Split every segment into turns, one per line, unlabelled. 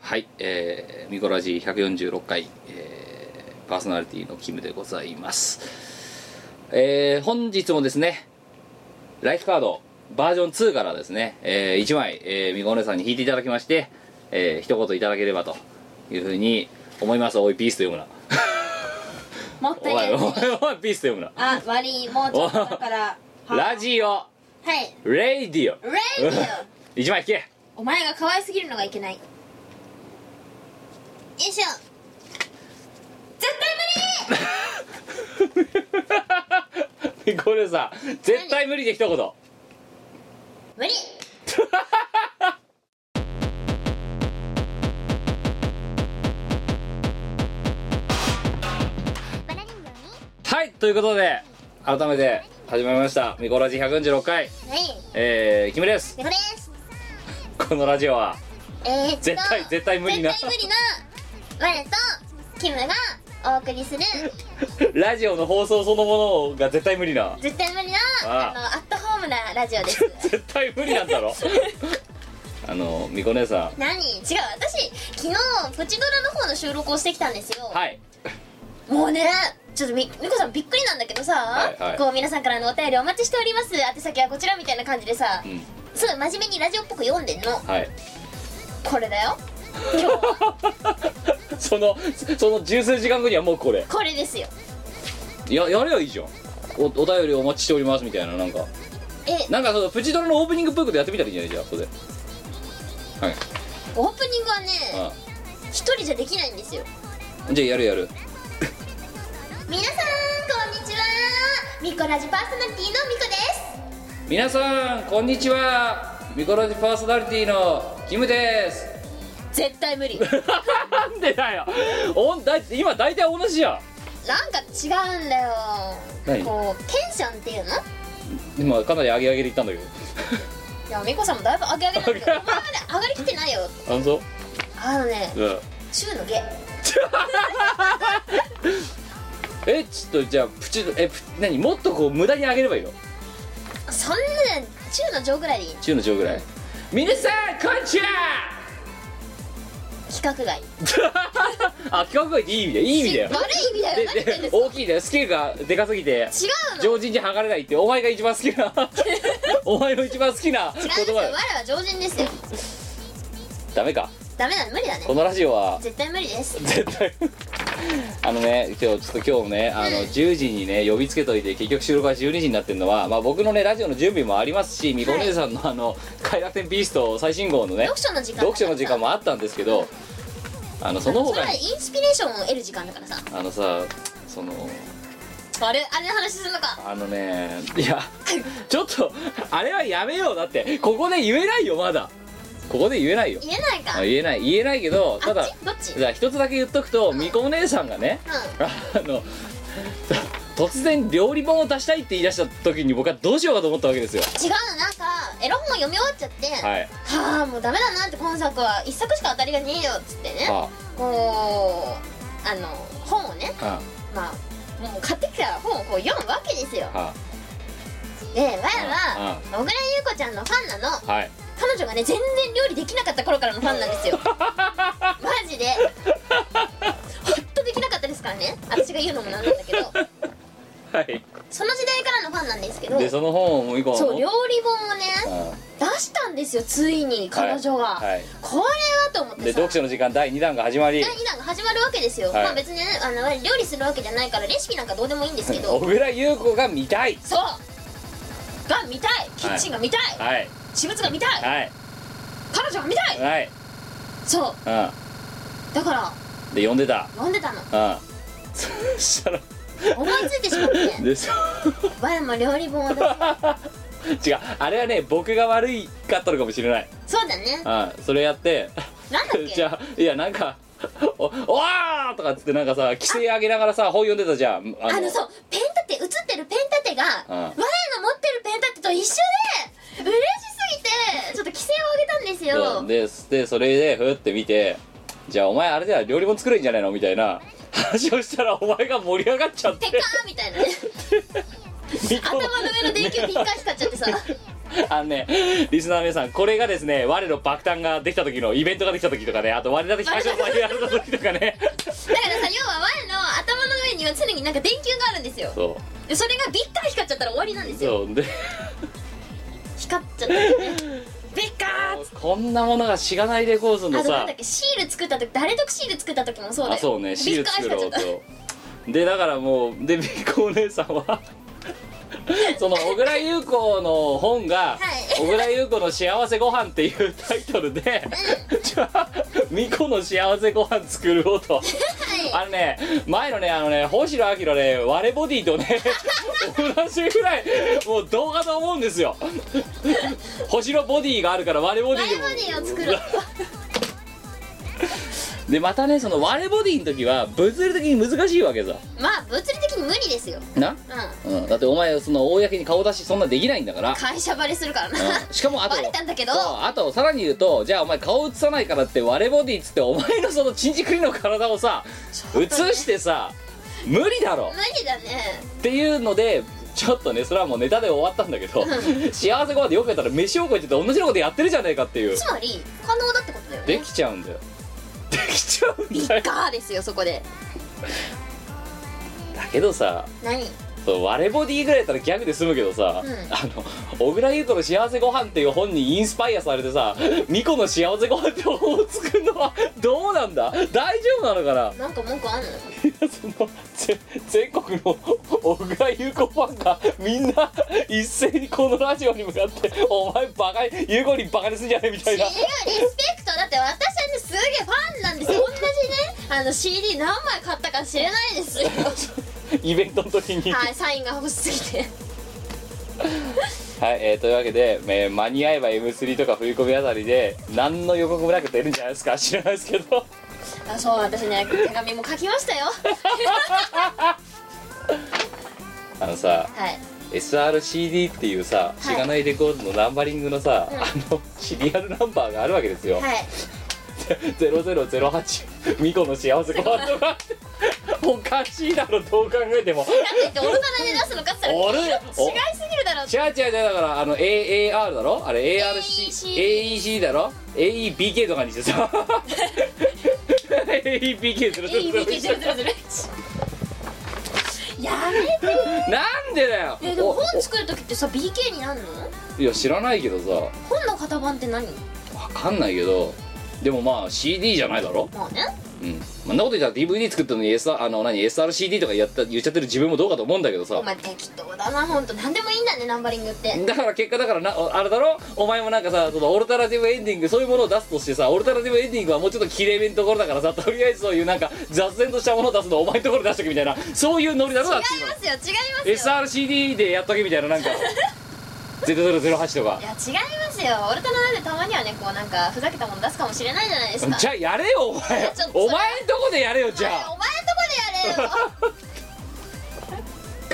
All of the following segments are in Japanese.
はい、えー、ミコラジー146回、えーパーソナリティのキムでございます。えー本日もですね、ライフカードバージョン2からですね、え1枚、えー、ミコお姉さんに引いていただきまして、えー一言いただければというふうに思います。おい、ピースと読むな。
もっと
おい、
やる
おい、おい、ピースと読むな。
あ悪いもうちょっとだからは
ラジオ、
はい
レイディオ。
レ イディ
1枚引け
オお前が可愛すぎるのがいけないよいしょ絶対無理
ミコお姉さん、絶対無理で一言。
無理
はいということで改めて始まりました「ミコラジ146回
はい」
えー、キムです
これです
このラジオは
えー、っと
絶対絶対無理な
絶対無理な我とキムがお送りする
ラジオの放送そのものが絶対無理な
絶対無理な
ああ
あのアットホームなラジオです
絶対無理なんだろあのミコ姉さ
何違う私昨日プチドラの方の収録をしてきたんですよ
んはい
もうねちょっとみみこさんびっくりなんだけどさ、
はいはい
こう皆さんからのお便りお待ちしております宛先はこちらみたいな感じでさ、
うん
すごい真面目にラジオっぽく読んでんの
はい
これだよ今日は
そのその十数時間後にはもうこれ
これですよ
ややればいいじゃんおお便りお待ちしておりますみたいななんか
え
なんかそのプチドラのオープニングっぽいことやってみたらいいんじゃないじゃあここではい
オープニングはね
あ
一人じゃできないんですよ
あじゃあやるやる
皆さんこんにちはミコラジパーソナリティのミコです
皆さんこんにちはミコラジパーソナリティのキムです
絶対無 理
なんでだよおんだい今大体同じじゃん
なんか違うんだよ
何
こうテンションっていうの
今かなり上げ上げで言ったんだけ
いやミコさんもだいぶ上げ上げなんだけどお前まで上がりきってないよ
どあんそ
あのね
う、うん、
中の下
えちょっとじゃあプチえプ何もっとこう無駄に上げればいいの
そんな中の上ぐらいでいい
中の上ぐらい皆さんこんにち は
規格外
あ企画外っていい意味だよいい意味だよ
悪い意味だよ何言
で
ってん
で
ですか
大きいんだよスケールがでかすぎて
違うの違うん
常人じゃ剥がれないってお前が一番好き なお前の一番好きな言
ですよ
葉
我
だよ
らは常人ですよ
ダメか
ダメなの無理だね
このラジオは
絶対無理です
絶対 あのね今日ちょっと今日ねあの10時にね呼びつけといて結局収録が12時になってるのは、まあ、僕のねラジオの準備もありますしみこ姉さんのあの「快楽天ビースト」最新号のね
読書の時間
読書の時間もあったんですけどあのその
それ
他
はイン
に
スピレーションを得る時間だからさ
あのさその
あれあれの話するのか
あのねいやちょっとあれはやめようだってここで言えないよまだここで言えないよ
言えないか
あ言えない言えないけどた
あっ
だ
ちどっち
じゃあ一つだけ言っとくとみこお姉さんがね
う
あのと突然料理本を出したいって言い出した時に僕はどうしようかと思ったわけですよ
ん違うのなんかエロ本読み終わっちゃっては
はい
あもうダメだなって今作は一作しか当たりがねえよっつってね
は
こうあの本をね
あは
まあもう買ってきた本をこう読むわけですよ
あは
でわやは
う
小倉優子ちゃんのファンなの
あはい
彼女がね全然料理できなかった頃からのファンな んですよマジでほっとできなかったですからね私が言うのもなんなんだけど
はい
その時代からのファンなんですけど
でその本をもう一個
そう料理本をね
あ
出したんですよついに彼女が、
はいはい
これはと思っ
で
てさ
読書の時間第2弾が始まり
第2弾が始まるわけですよ、
はい
まあ別にねあの料理するわけじゃないからレシピなんかどうでもいいんですけ
小
ど
倉優子が見たい
そうが見たいキッチンが見たい、
はい
私物が見たい、
はい
彼女が見たい、
はい
そう
う
だから
んで読んでた
飲んでたの
うんそしたら
思いついてしまって
でそう
わやも料理本 を出す
違うあれはね僕が悪いかったのかもしれない
そうだね
うんそれやって
なんだっ け
じゃあいやなんか「おおわー!」とかっつってなんかさ規制上げながらさ本読んでたじゃんあ
あのそうペン立て写ってるペン立てがわや
うん
の持ってるペン立てと一緒で嬉しすぎてちょっと規制を上げたんですよ、
うんででそれでふって見て「じゃあお前あれだよ料理本作るんじゃないの?」みたいな話をしたらお前が盛り上がっちゃって
ペカーみたいなね
みこ
頭の上の電球ピンカー光っちゃってさ
あのねリスナーの皆さんこれがですね我の爆誕ができた時のイベントができた時とかねあと我ら的百姓さんやられた時とかね
だからさ要は我の頭の上には常になんか電球があるんですよ
そ
でそれがビッカー光っちゃったら終わりなんで
う
すよ
そうで
光っちゃったら ねビッカーっつって
こんなものがしがないレコーズ
あ
の
とな
さ
んだっけシール作った時誰得シール作った時もそうだよ
あそうねシール作ろう
ビッカー光っちゃった
とでだからもうでみっこお姉さんは その小倉優子の本が「小倉優子の幸せご飯っていうタイトルで「じゃあみこの幸せご飯作ろうとあのね前のねあのね星野明のね割れボディとね同じぐらいもう動画と思うんですよ星野ボディがあるから割れボディでも
割れボディを作ろう
でまたねその割れボディの時は物理的に難しいわけさ
まあ物理的に無理ですよ
な、
うん
うん、だってお前その公に顔出しそんなできないんだから、
会社バレするからな
うんしかもあと
バレたんだけど
そうあとさらに言うとじゃあお前顔映さないからって割れボディっつってお前のそのチンチクリの体をさ映してさ無理だろ
無理だね
っていうのでちょっとねそれはもうネタで終わったんだけ ど幸せご飯でよくやったら飯を超えてて同じようなことやってるじゃねえかっていう
つまり可能だってことだよ
で
ね
きちゃうんだよできちゃうんだよ
ガーですよそこで
だけどさ
何
そう割れボディぐらいだったらギャグで済むけどさ、
うん
あの小倉優子の幸せご飯っていう本にインスパイアされてさミコの幸せご飯って本を作るのは どうなんだ大丈夫なのかな
なんか文句あんの
いやそのぜ全国の小倉優子ファンがみんな一斉にこのラジオに向かって「お前バカに優子にバカにすんじゃねえ」みた
違
い うな
リスペクトだって私はねすげえファンなんです同じねあの CD 何枚買ったか知れない ですよ
イベントの時に。
はいサインが欲しすぎて
はい、えーというわけで、えー間に合えば M3 とか振り込みあたりで何の予告もなく出るんじゃないですか知らないですけど。
あそう私ね手紙も書きましたよ
あのさ
はい
SRCD っていうさしがないレコードのナンバリングのさ、
うん
あのシリアルナンバーがあるわけですよ、
はい
0008ミコの幸せご飯とかおかしいだろどう考えても
だって言ってオルガナで出すのかって言っ
オ
た
ル
ら違いすぎるだろ
違う違う違うだからあの AAR だろあれ ARC AEC だろ AEBK とかにしてさ AEBK ずるず
いい
る
ビキ
ず
ずる
る
ず るずるやめて
なんでだよ
えでも
お
本作る時ってさ BK になんの
おいや知らないけどさ
本の型番って何
わかんないけどでもまあ CD じゃないだろ
まあね
うんそんなこと言ったら DVD 作ったのに SR あの何 SRCD とかやった言っちゃってる自分もどうかと思うんだけどさ
お前適当だな本当何でもいいんだねナンバリングって
だから結果だからなおあれだろお前もなんかさそのオルタナティブエンディングそういうものを出すとしてさオルタナティブエンディングはもうちょっときれいめのところだからさとりあえずそういうなんか雑然としたものを出すのお前のところで出しとけみたいなそういうノリだろだっ
違いますよ違い
て
ますよ
SRCD でやっとけみたいななんか Z008 とか
いや違いますよ俺と並んでたまにはねこうなんかふざけたもの出すかもしれないじゃないですか
じゃあやれよお前
ちょっと
お前んとこでやれよじゃあ
お前んとこでやれよ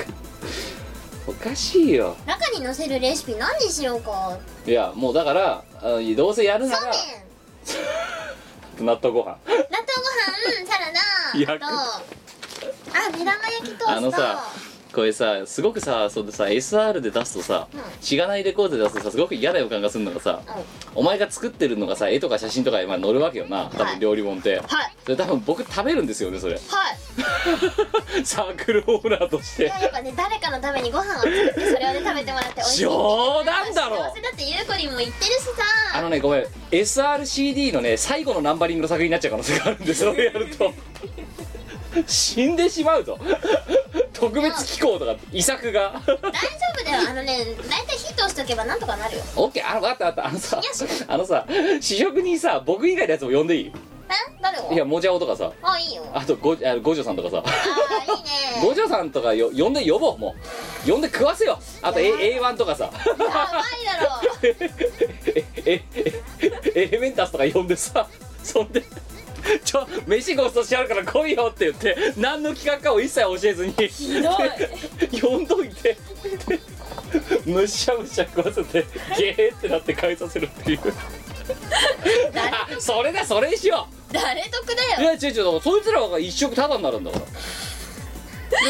おかしいよ
中に載せるレシピ何にしようか
いやもうだからあどうせやる
そ
な
うめん
ら納豆ご飯
納豆ご飯サラダ
焼く
とあ目玉焼きトースト
あのさこれさすごくさそのさ SR で出すとさ、
うん
しがないレコードで出すとさすごく嫌な予感がするのがさ、
うん
お前が作ってるのがさ絵とか写真とかにまあ載るわけよな多
は
分
い
料理本って、
はい
それ多分僕食べるんですよねそれ
はい
サークルオーナーとして
やっぱね誰かのためにご飯を作ってそれをね食べてもらって美味しい
冗談だろ
幸せだってゆうこりんも言ってるし
あ
さ
のねごめん SRCD のね最後のナンバリングの作品になっちゃう可能性があるんでそれやると死んでしまうぞ特別機構とか遺作が
大丈夫だよあのね大体火通しとけばなんとかなるよ
オッケーあの分かった分かったあのさ
よし
あのさ試食にさ僕以外のやつも呼んでいい
え誰を
いやもじゃおとかさ
あいいよあ
あとごあの五条さんとかさ
ーいいね
五条さんとかよ呼んで呼ぼうもう呼んで食わせよあと A- A1 とかさ
やばいだろ
えええエレメンタスとか呼んでさそんでちょ飯ごちそうしてやるから来いよって言って何の企画かを一切教えずにひどい 呼んどいてむしゃむしゃ食わせてゲーってなって帰させるっていう
誰
あそれだそれにしよう
誰得
い
だよ
や違う違うだからそいつらが一食タダになるんだから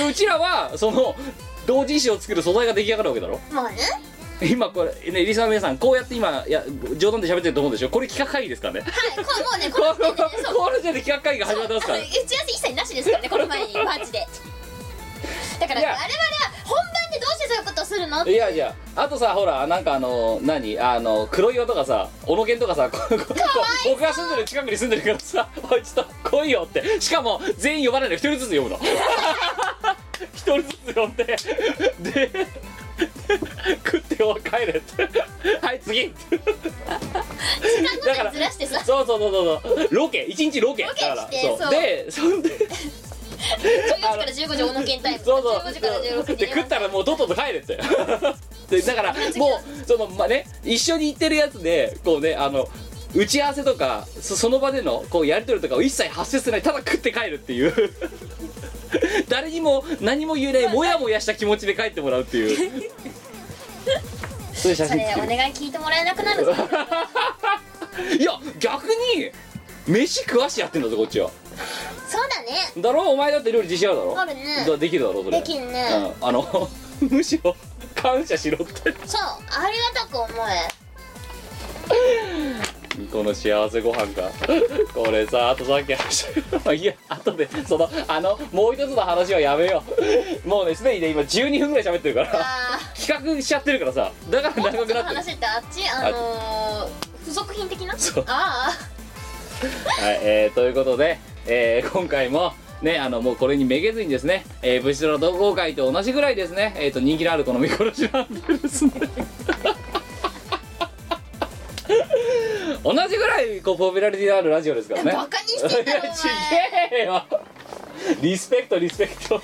でうちらはその同人誌を作る素材が出来上がるわけだろ
まあね
今これねリスナーの皆さんこうやって今いや冗談で喋ってると思うんでしょこれ企画会議ですからね
はいこもうねこ
こ
の
の
時点でねそう
この時点で企画会議が始まってます
あ
か
の
ら
打ち合わせ一切なしですからねこの前にマジでだから
い
我
や
々は本番でどうしてそういうことをするの
いやいやあとさほらなんかあの何あの黒岩とかさ小野健とかさこここ僕が住んでる近くに住んでるからさ「おいちょっと来いよ」ってしかも全員呼ばないで一人ずつ呼ぶの 一人ずつ呼んでで食っては帰れってはい次って
時間ごとにずらしてさ
そうそうそうそうそうロケ一日ロケ
ロケして
だから
そう
でそんで
14時から15時小野健タイム
そうそう
15時から16時
で食ったらもうとっとと帰れって でだからも
違う
うそのまあね一緒に行ってるやつでこうねあの打ち合わせとかそその場でのこうやり取りとかを一切発生せないただ食って帰るっていう 誰にも何も言えないモヤモヤした気持ちで帰ってもらうって いうそういう写
そ
真
れお
作る
願い聞いてもらえなくなるぞ
いや逆に飯食わしてやってんだぞこっちは
そうだね
だろお前だって料理自信あるだろ
あるね
だできるだろそれ
できんね
うん、あの むしろ感謝しろって
そうありがたく思え
この幸せご飯がこれさあとさっき話したまあいいやあとでそのあのもう一つの話はやめようもうねすでにね今12分ぐらい喋ってるから
あ
企画しちゃってるからさだから
ーも
長
う
く
ちょっと
なってる
話ってあっちあのー付属品的な
そう
あ
はい、えーということで、えー今回もねあのもうこれにめげずにですね、えー、ブチドラ同好会と同じぐらいですねえっ、と人気のあるこの見殺しなんでですね 同じぐらいこうポピュラリティのあるラジオですから
あ、
ね
バカにしてん
い
だ
や
ろお前
ちげえよリスペクトリスペクトはい、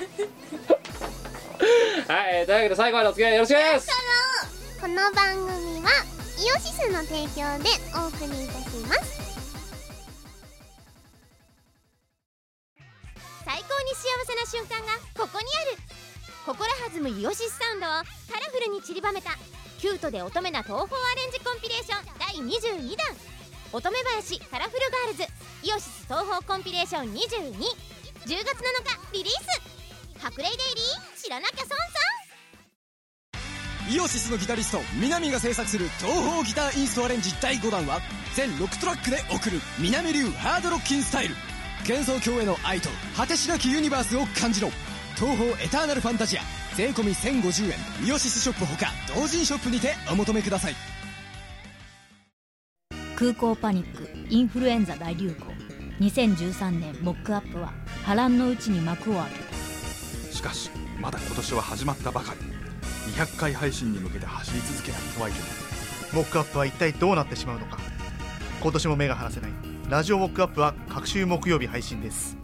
えーというわけで最後までお付き合いよろしくです
この番組はイオシスの提供でお送りいたします最高に幸せな瞬間がここにある心弾むイオシスサウンドをカラフルに散りばめたキュートで乙女な東宝アレンジコンピレーション第22弾乙女林カラフルガールズイオシス東宝コンピレーション221 0月7日リリース白麗デイリー知らなきゃ損さん
イオシスのギタリスト南が制作する東方ギターインストアレンジ第5弾は全6トラックで送る南流ハードロッキンスタイル幻想郷への愛と果てしなきユニバースを感じろ東方エターナルファンタジア税込み1050円イオシスショップほか同人ショップにてお求めください
空港パニックインフルエンザ大流行2013年モックアップは波乱のうちに幕を開けた
しかしまだ今年は始まったばかり200回配信に向けて走り続けないとはいけない
モックアップは一体どうなってしまうのか今年も目が離せないラジオモックアップは各週木曜日配信です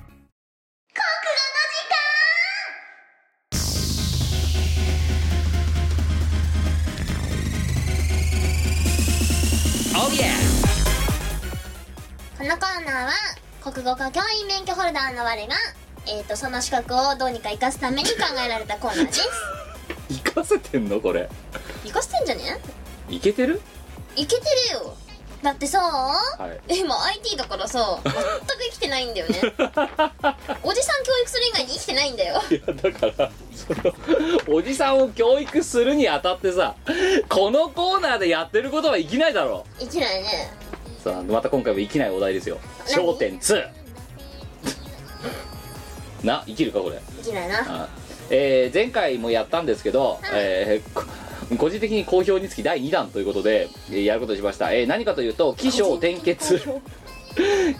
このコーナーは国語科教員免許ホルダーの我が、えー、とその資格をどうにか生かすために考えられたコーナーです
行かせてんのこれ
生かしてんじゃね
いけてる
いけてるよだってさ、
い
今 IT だからさ全く生きてないんだ よねおじさん教育する以外に生きてないんだよ
いやだからそのおじさんを教育するにあたってさこのコーナーでやってることは生きないだろ
生きないね
うさあまた今回も生きないお題ですよ『
何
焦点2』な生きるかこれ
生きないな
あえー前回もやったんですけど、えーこ個人的に好評につき第2弾ということで、えーやることにしました、えー何かというと起承転結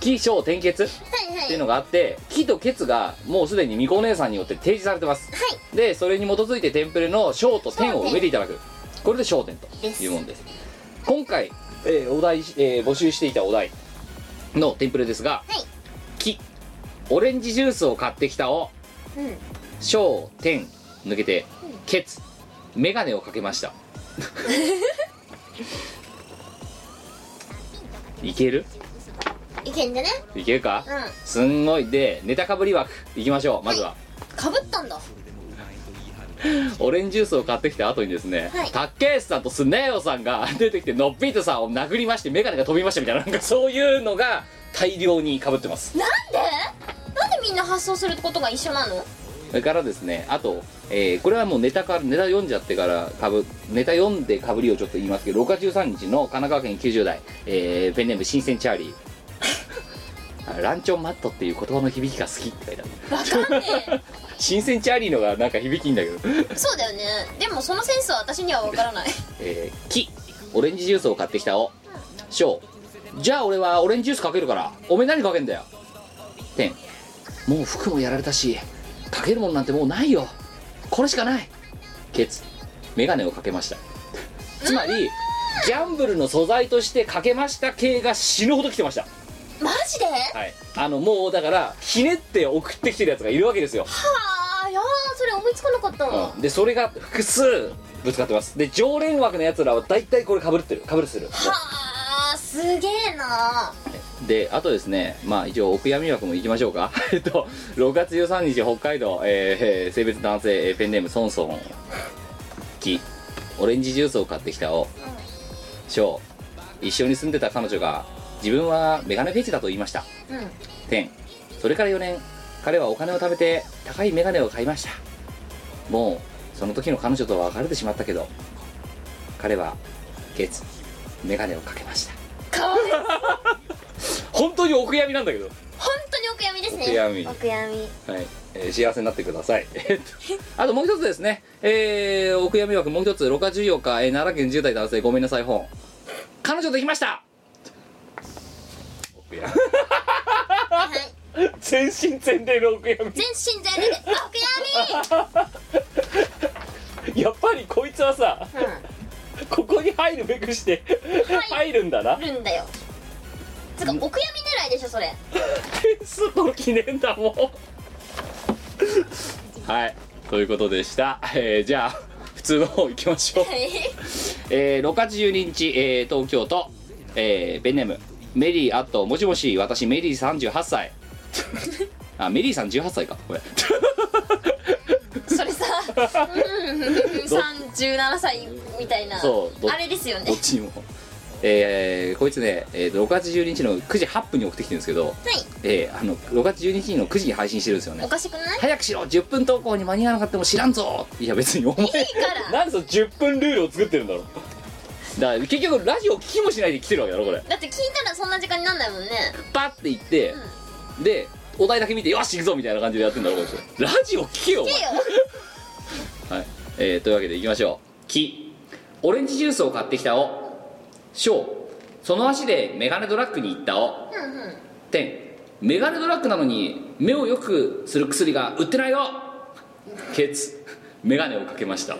起承転結
はいは
っ
い
ていうのがあって「木」と「ケツ」がもうすでにみこお姉さんによって提示されてます、でそれに基づいてテンプレの「小」と「点」を埋めていただくこれで「小点」というものです今回、えーお題、えー募集していたお題のテンプレですが
はい
「木」オレンジジュースを買ってきたを
うん
「小」「点」抜けて「ケツ」眼鏡をかけましたいける
いけんじゃね
いけるか、
う
すんごいでネタかぶり枠いきましょうまずは、
んかぶったんだ
オレンジジュースを買ってきた後にですね、
はい
タッケースさんとスネオさんが出てきてのっぴーとさんを殴りまして眼鏡が飛びましたみたいななんかそういうのが大量にかぶってます
なんでなんでみんな発想することが一緒なの
それからですねあと、えーこれはもうネタからネタ読んじゃってからかぶネタ読んでかぶりをちょっと言いますけど6月13日の神奈川県90代、えーペンネーム新鮮チャー リーあランチョンマットっていう言葉の響きが好きって書いてある
わかんね
新鮮チャーリーのがなんか響きいいんだけど
えそうだよねでもそのセンスは私にはわか らない
えー、木オレンジジュースを買ってきたお翔じゃあ俺はオレンジジュースかけるからおめえ何かけんだよ天もう服もやられたしかけるもんなんてもうないよこれしかないケツメガネをかけましたつまりギャンブルの素材としてかけました系が死ぬほど来てました
マジで
はいあのもうだからひねって送ってきてるやつがいるわけですよ
はあいやーそれ思いつかなかったわ、
でそれが複数ぶつかってますで常連枠のやつらは大体これかぶってるかぶるする
はあすげえな
であとですねまあ一応お悔やみ枠もいきましょうか えっと6月13日北海道、えーえー性別男性えーペンネームソンソン木オレンジジュースを買ってきたを翔一緒に住んでた彼女が自分はメガネフェチだと言いました
うん
天それから4年彼はお金を貯めて高いメガネを買いましたもうその時の彼女とは別れてしまったけど彼はケツメガネをかけました
かわいい本
本当にお悔やみなんだけど
当にお悔やみです
お
ね
悔やみ
お悔やみ
はい、えー幸せになってください。 えっとあともう一つですね、えー、お悔やみ枠もう一つ、6月14日、えー奈良県10代男性、ごめんなさい、本。彼女できましたお悔やみ
はい
全身全霊のお悔や
全身全霊でお悔や
み。 やっぱりこいつはさ、
みうん
ここに入るべくして、入るんだな
あ。るんだよつうかお悔やみ狙いでしょそれ
点数取る気ねえんだもん。はい、ということでした。えーじゃあ、普通の方行きましょう。えー6月12日、えー東京都、えーペンネームメリーあともしもし私メリー38歳あメリーさん18歳かこれ
それさ37歳みたいな
そうど
あれですよね
どっちにもえーこいつね、えーと6月12日の9時8分に送ってきてるんですけど、
はい
えーあの6月12日の9時に配信してるんですよね
おかしくない
早くしろ10分投稿に間に合わなかったも知らんぞいや別にお前
から
なんでその10分ルールを作ってるんだろうだから結局ラジオ聞きもしないで来てるわけだろこれ
だって聞いたらそんな時間になんないもんね
パッて行って、でお題だけ見てよし行くぞみたいな感じでやってんだろこいつラジオ聞けよお前
聞けよ
はいえー、というわけでいきましょう木オレンジジュースを買ってきたお小その足でメガネドラッグに行ったお
うんうん
天メガネドラッグなのに目を良くする薬が売ってないよケツメガネをかけました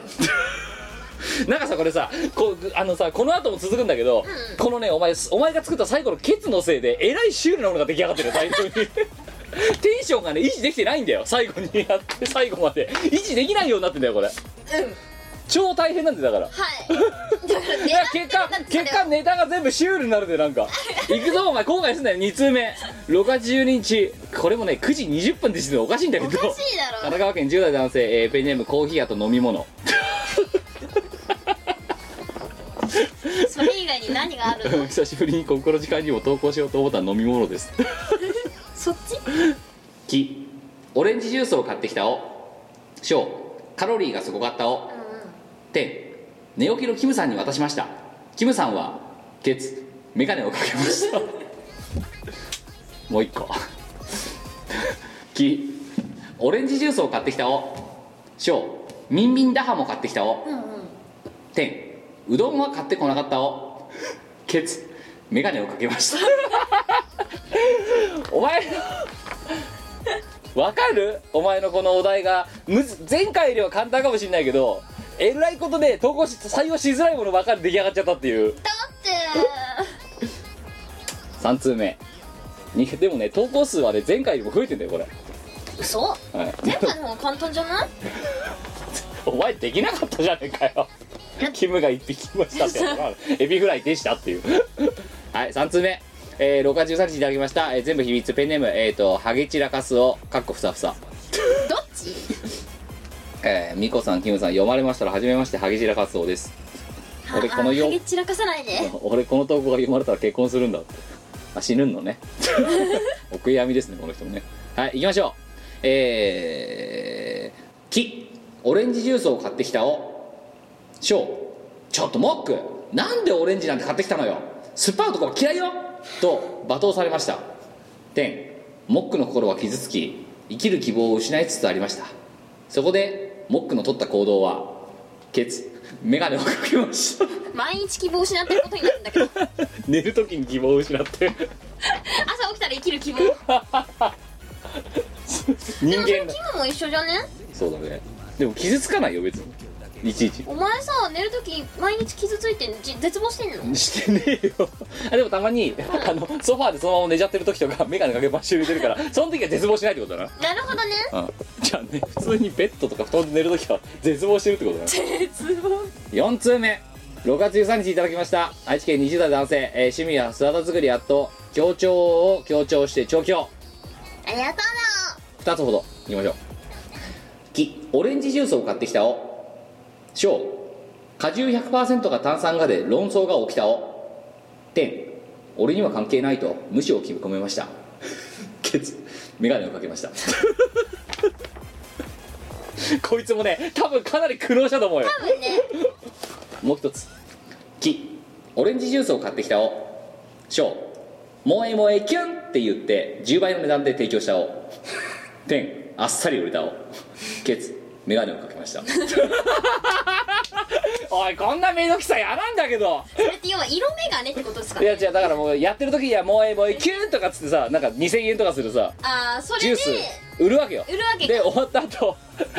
なんかさこれさこうあのさこの後も続くんだけど、このねお前お前が作った最後のケツのせいでえらいシュールなものが出来上がってるよ最初に テンションがね維持できてないんだよ最後にやって最後まで維持できないようになってんだよこれ
うん
超大変なんでだから
はいだから狙って るん
いや
だって
結果結果ネタが全部シュールになるで なんか行くぞお前後悔すんなよ2通目6月12日これもね9時20分でしてるのおかしいんだけど
おかしいだろ
神奈川県10代男性、えーペンネームコーヒー屋と飲み物
それ以外に何がある の
久しぶりに心時間にも投稿しようと思った飲み物です
そっち
木オレンジジュースを買ってきたお小カロリーがすごかったお天寝起きのキムさんに渡しましたキムさんはケツメガネをかけました もう一個木オレンジジュースを買ってきたお小ミンミンダハも買ってきたお天うどんは買ってこなかったおケツメガネをかけました お前わかるお前のこのお題がむず前回よりは簡単かもしれないけどえらいことで投稿し採用しづらいものばかり出来上がっちゃったっていう
だって
3通目にでもね投稿数はね前回よりも増えてんだよこれ、
嘘
はい、
前回の方が簡単じゃない
お前できなかったじゃねえかよキムが1匹いましたってやつなエビフライでしたっていう はい3通目、えー、6月13日いただきました、えー全部秘密ペンネームえっ、とハゲチラカスをかっこふさふさ
どっち
えー、ミコさんキムさん読まれましたら初めましてハゲチラカスオです俺この
あ
よ
ハゲ散らかさないで
俺この投稿が読まれたら結婚するん だってあ死ぬのねお悔やみですねこの人もねはい行きましょう、えー、木オレンジジュースを買ってきたを翔ちょっとモックなんでオレンジなんて買ってきたのよスパウとかは嫌いよと罵倒されました天モックの心は傷つき生きる希望を失いつつありましたそこでモックの取った行動はケツ眼鏡をかけました
毎日希望を失ってることになるんだけど
寝る時に希望を失って
朝起きたら生きる希望でも
人
それ
間だ
キムも一緒じゃね
そうだねでも傷つかないよ別にいちいち
お前さ寝るとき毎日傷ついてんじ絶望してんの
してねえよあでもたまにあのソファーでそのまま寝ちゃってる時とか眼鏡かけっぱなしで寝てるからその時は絶望しないってことだな
なるほどね
うんじゃあね普通にベッドとか布団で寝るときは絶望してるってことだ絶望4通目6月13日いただきました愛知県20代男性、えー趣味は姿作りやっと協調を強調して調教
ありがと
2つほどいきましょう木オレンジジュースを買ってきたお小果汁100%が炭酸がで論争が起きたお天俺には関係ないと無視を決め込めました ケツ眼鏡をかけました こいつもね多分かなり苦労したと思うよ
う多分ね
もう一つ木オレンジジュースを買ってきたお小萌え萌えキュンって言って10倍の値段で提供したお天あっさり売れたおケツメガネをかけました おいこんなめんどくさい嫌なんだけど
それって要は色眼鏡ってことですか
いや違うだからもうやってる時には萌え萌えキュンとかっつってさなんか2000円とかするさ
ああそれ
ジュ
で
ース売るわけよ
売るわけか
で終わった後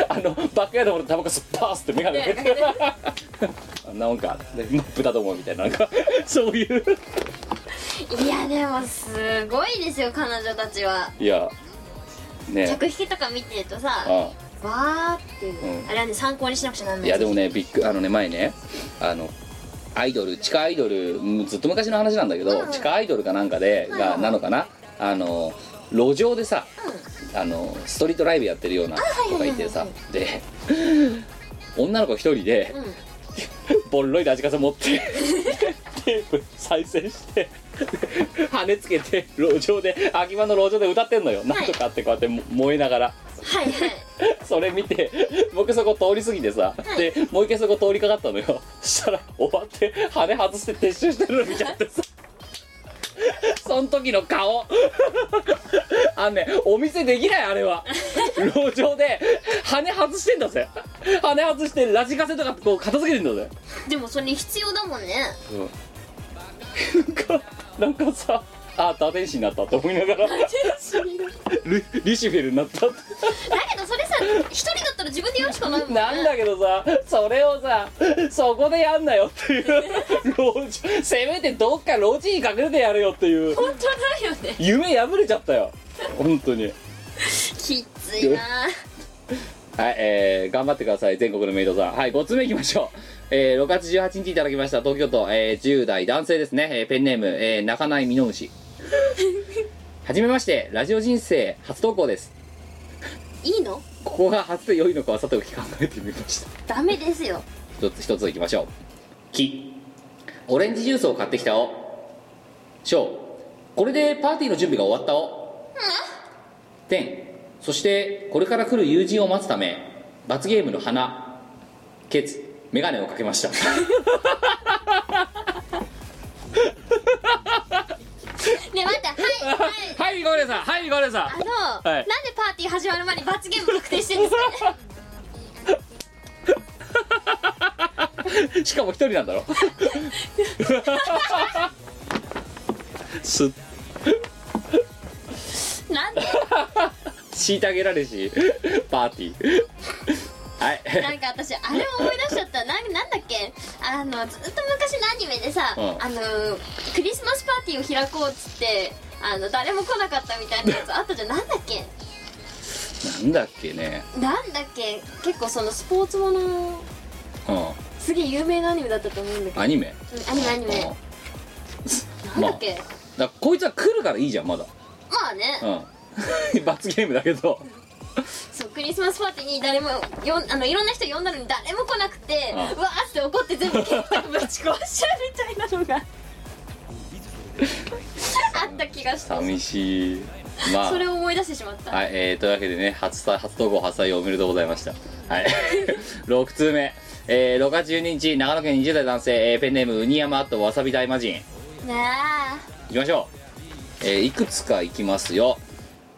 あのバックヤードの俺タバコ吸ってパースって眼鏡かけてあ んなもんかでモップだと思うみたいななんかそういう
いやでもすごいですよ彼女たちはい
やね
着引きとか見てるとさ
あ
わーっていう、
うん
あれはね参考にしなくちゃなんない
いやでもねビッグあのね前ねあのアイドル地下アイドルうんずっと昔の話なんだけど、
うん
地下アイドルかなんかで、
うん
がなのかなあの路上でさ、あのストリートライブやってるような子がいてさで女の子一人で、
ん
ボロいラジカセ持ってテープ再生して跳ねつけて路上で秋葉の路上で歌ってんのよ、なんとかってこうやっても燃えながら
はいはい
それ見て僕そこ通り過ぎてさ、でもう一回そこ通りかかったのよ そしたら終わって羽外して撤収してるの見ちゃってさ その時の顔 あんねお見せできないあれは路上で羽外してんだぜ羽外してラジカセとかこう片付けてんだぜ
でもそれ必要だもんね
なんかなんかさあ堕天使になったと思いながらルリシフェルになったって
だけどそれさ一人だったら自分でやるしかないもん ね
なんだけどさそれをさそこでやんなよっていう老人 せめてどっか老人に隠れてやれよっていう
本当だよね
夢破れちゃったよ本当に
きついな
はい、えー、頑張ってください、全国のメイドさん。はい、5つ目いきましょう。えー、6月18日いただきました、東京都、えー、10代男性ですね、えーペンネーム、えー、泣かないミノムシ。はじめまして、ラジオ人生初投稿です。
いいの
ここが初で良いのかはさておき考えてみました。
ダメですよ
一つ一ついきましょう木オレンジジュースを買ってきたお小これでパーティーの準備が終わったお天そしてこれから来る友人を待つため罰ゲームの花ケツ眼鏡をかけました
ねえ待ってはいは
は
い
いゴレさんはいゴレさ
あの、
はい
なんでパーティー始まる前に罰ゲーム確定してるん ですかね
ん しかも一人なんだろすっ
なんで
虐げられしパーティーはい
なんか私あれを思い出しちゃったなんなんだっけあのずっと昔のアニメでさ、
うん
あのクリスマスパーティーを開こうっつってあの誰も来なかったみたいなやつあったじゃんなんだっけ
なんだっけね
なんだっけ結構そのスポーツもの
う
すげえ有名なアニメだったと思うんだけ
んアニメ
どうんアニメアニメ
う
なんんだっけ、
だからこいつは来るからいいじゃんまだ
まあ、ね、
うん 罰ゲームだけど
そうクリスマスパーティーに誰もよんあのいろんな人呼んだのに誰も来なくて、
うん
うわーって怒って全部結構ぶち壊しちゃう みたいなのがあった気がした
寂しいまあ
それを思い出してしまった、
はい、えー、というわけでね、初さ初投稿、初採用おめでとうございました。はい。6通目。えー、6月12日、長野県20代男性、えーペンネーム、ウニヤマとわさび大魔人。
なあ
いきましょう。えーいくつかいきますよ。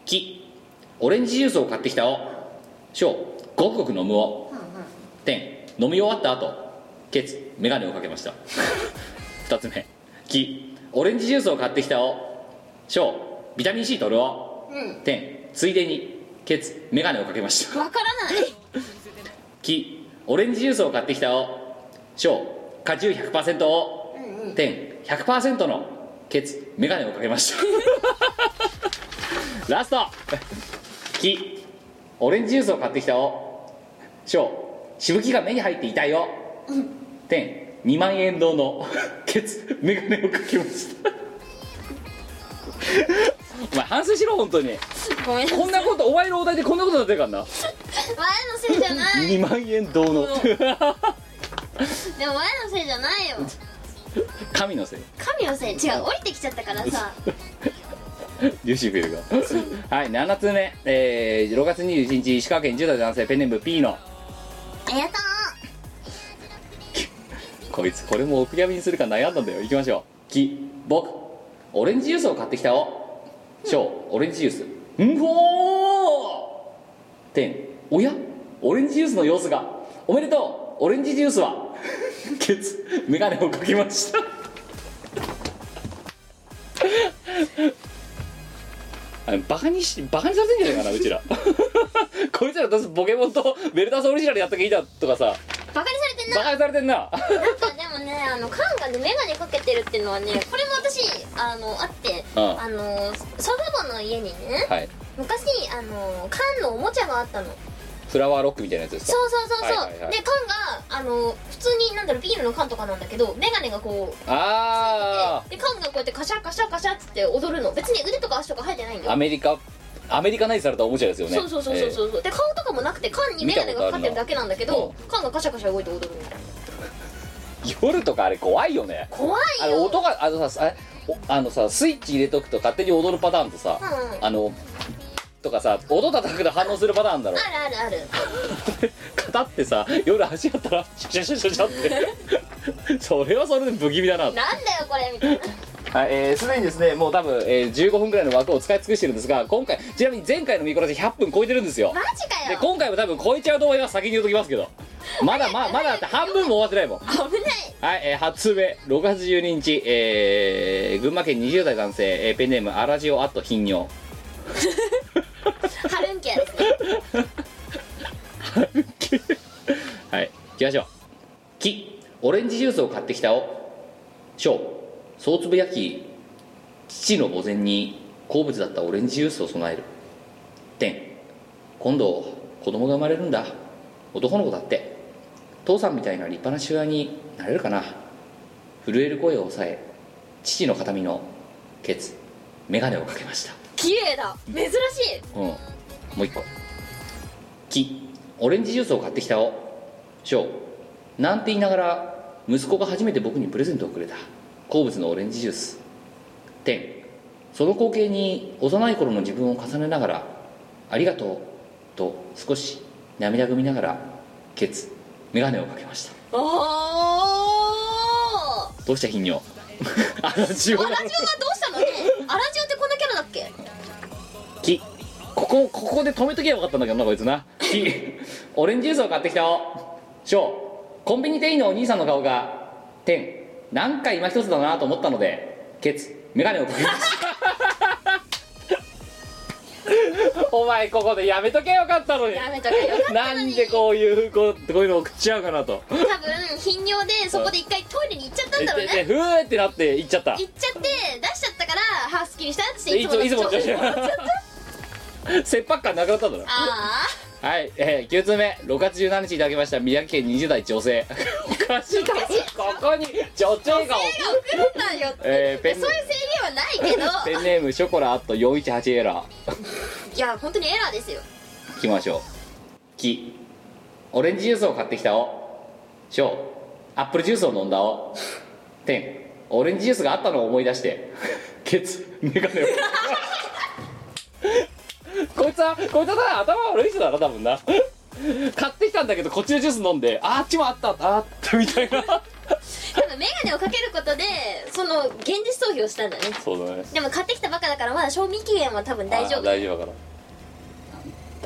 き、オレンジジュースを買ってきたお。しょう、ごくごく飲むお。てん、飲み終わった後。けつ、メガネをかけました。 二つ目。き、オレンジジュースを買ってきたお。しょう、ビタミン C 取るお。てん、ついでに、けつ、メガネをかけました。
わからない
きオレンジジュースを買ってきたお小果汁100%を点100%のケツメガネをかけました ラストきオレンジジュースを買ってきたお小しぶきが目に入って痛いよ点2万円堂のケツメガネをかけましたお前反省しろ本当に
ごめん前の
こんなことお前のお題でこんなことになってるからな
せいじゃない
2万円堂の
でも前のせいじゃないよ
神のせい
神のせい違う降りてきちゃったから さ
リュシフェルがはい7つ目、えー、6月21日石川県10代男性ペンネーム P の
ありがと
こいつこれもお悔やみにするか悩んだんだよ行きましょうき僕オレンジジュースを買ってきたお小オレンジジュースんほーてんおやオレンジジュースの様子がおめでとうオレンジジュースは ケツメガネをかけました あのバカにしバカにされてんじゃないかなうちら こいつらどうせポケモンとベルタスオリジナルやったきゃいいだとかさ
うバカにされて んな
バカにされてんな
なんかでもねあのカンカンで眼鏡かけてるっていうのはねこれも私あのあって
うん
あの祖父母の家にね
はい
昔あの缶のおもちゃがあったの
フラワーロックみたいなやつですか
そうそうそうそう、
はいはいはい
で缶があの普通になんだろうビールの缶とかなんだけど眼鏡がこう
あ
で缶がこうやってカシャカシャカシャっつって踊るの別に腕とか足とか生えてないんだ
あア
よ
メリカアメリカナイズされたおもちゃですよね
そうそうそうそうそう、で顔とかもなくて缶に眼鏡がかかってるだけなんだけど缶がカシャカシャ動いて踊るみたいな
えー夜とかあれ怖いよね
怖
あ
い
れ
よ
音があのさあれおあのさスイッチ入れとくと勝手に踊るパターンとさ、
うんうん
あのとかさ音叩くと反応するパターンだろ
あるあるある
肩ってさ夜走ったらシャシャシャシャシャって それはそれで不気味だな
なんだよこれみたいな
はいえーすで、にですねもう多分、えー15分ぐらいの枠を使い尽くしてるんですが今回ちなみに前回のミコラジ100分超えてるんですよ
マジか
で
よ
今回も多分超えちゃうと思います先に言うときますけどまだまだまだだって半分も終わってないもん
危ない
はい、えー、初目6月12日、えー、群馬県20代男性、えーペンネームアラジオアット頻尿
ハルンケですね
はい行きましょうきオレンジジュースを買ってきたお小そうつぶやき父の墓前に好物だったオレンジジュースを備える点今度子供が生まれるんだ男の子だって父さんみたいな立派な父親になれるかな震える声を抑え父の形見のケツ眼鏡をかけました
綺麗だ珍しい
うんもう一個木オレンジジュースを買ってきたお翔なんて言いながら息子が初めて僕にプレゼントをくれた好物のオレンジジュース天その光景に幼い頃の自分を重ねながら「ありがとう」と少し涙ぐみながらケツ眼鏡をかけました
おお
どうした頻尿 あの自分
アラジオはどうしたのねアラジオってこんなキャラだっけ
きここここで止めとけばよかったんだけどなこいつなきオレンジジュースを買ってきたおしょうコンビニ店員のお兄さんの顔が天なんか今一つだなと思ったのでケツメガネをかけました お前ここでやめとけばよかったのに
やめとけよかった
な
の
ん
に
でこういうこうこういうのを食っちゃうかなと
多分頻尿でそこで一回トイレに行っちゃったんだろう
でで
ね
ふーってなって行っちゃった
行っちゃって出しちゃったからハスキリしたっつって
でいつもいつもの
あ
調子切迫感なくなったんだな
あ
はい、えー、9通目6月17日いただきました宮城県20代女性おかしいだろここに女性が
手が送るんだよって
えーペン
いやそういう制限はないけ
ペ
ど
ンネームショコラあと418エラー
いや本当にエラーですよ
いきましょうきオレンジジュースを買ってきたおしょうアップルジュースを飲んだおてんオレンジジュースがあったのを思い出してケツメガネをつは こいつはさ頭悪い人だな多分な買ってきたんだけどこっちのジュース飲んでああっちもあったあったみたいな
多分メガネをかけることでその現実逃避をしたんだね
そうだね
でも買ってきたバカだからまだ賞味期限は多分大丈
あー
夫
大丈夫だか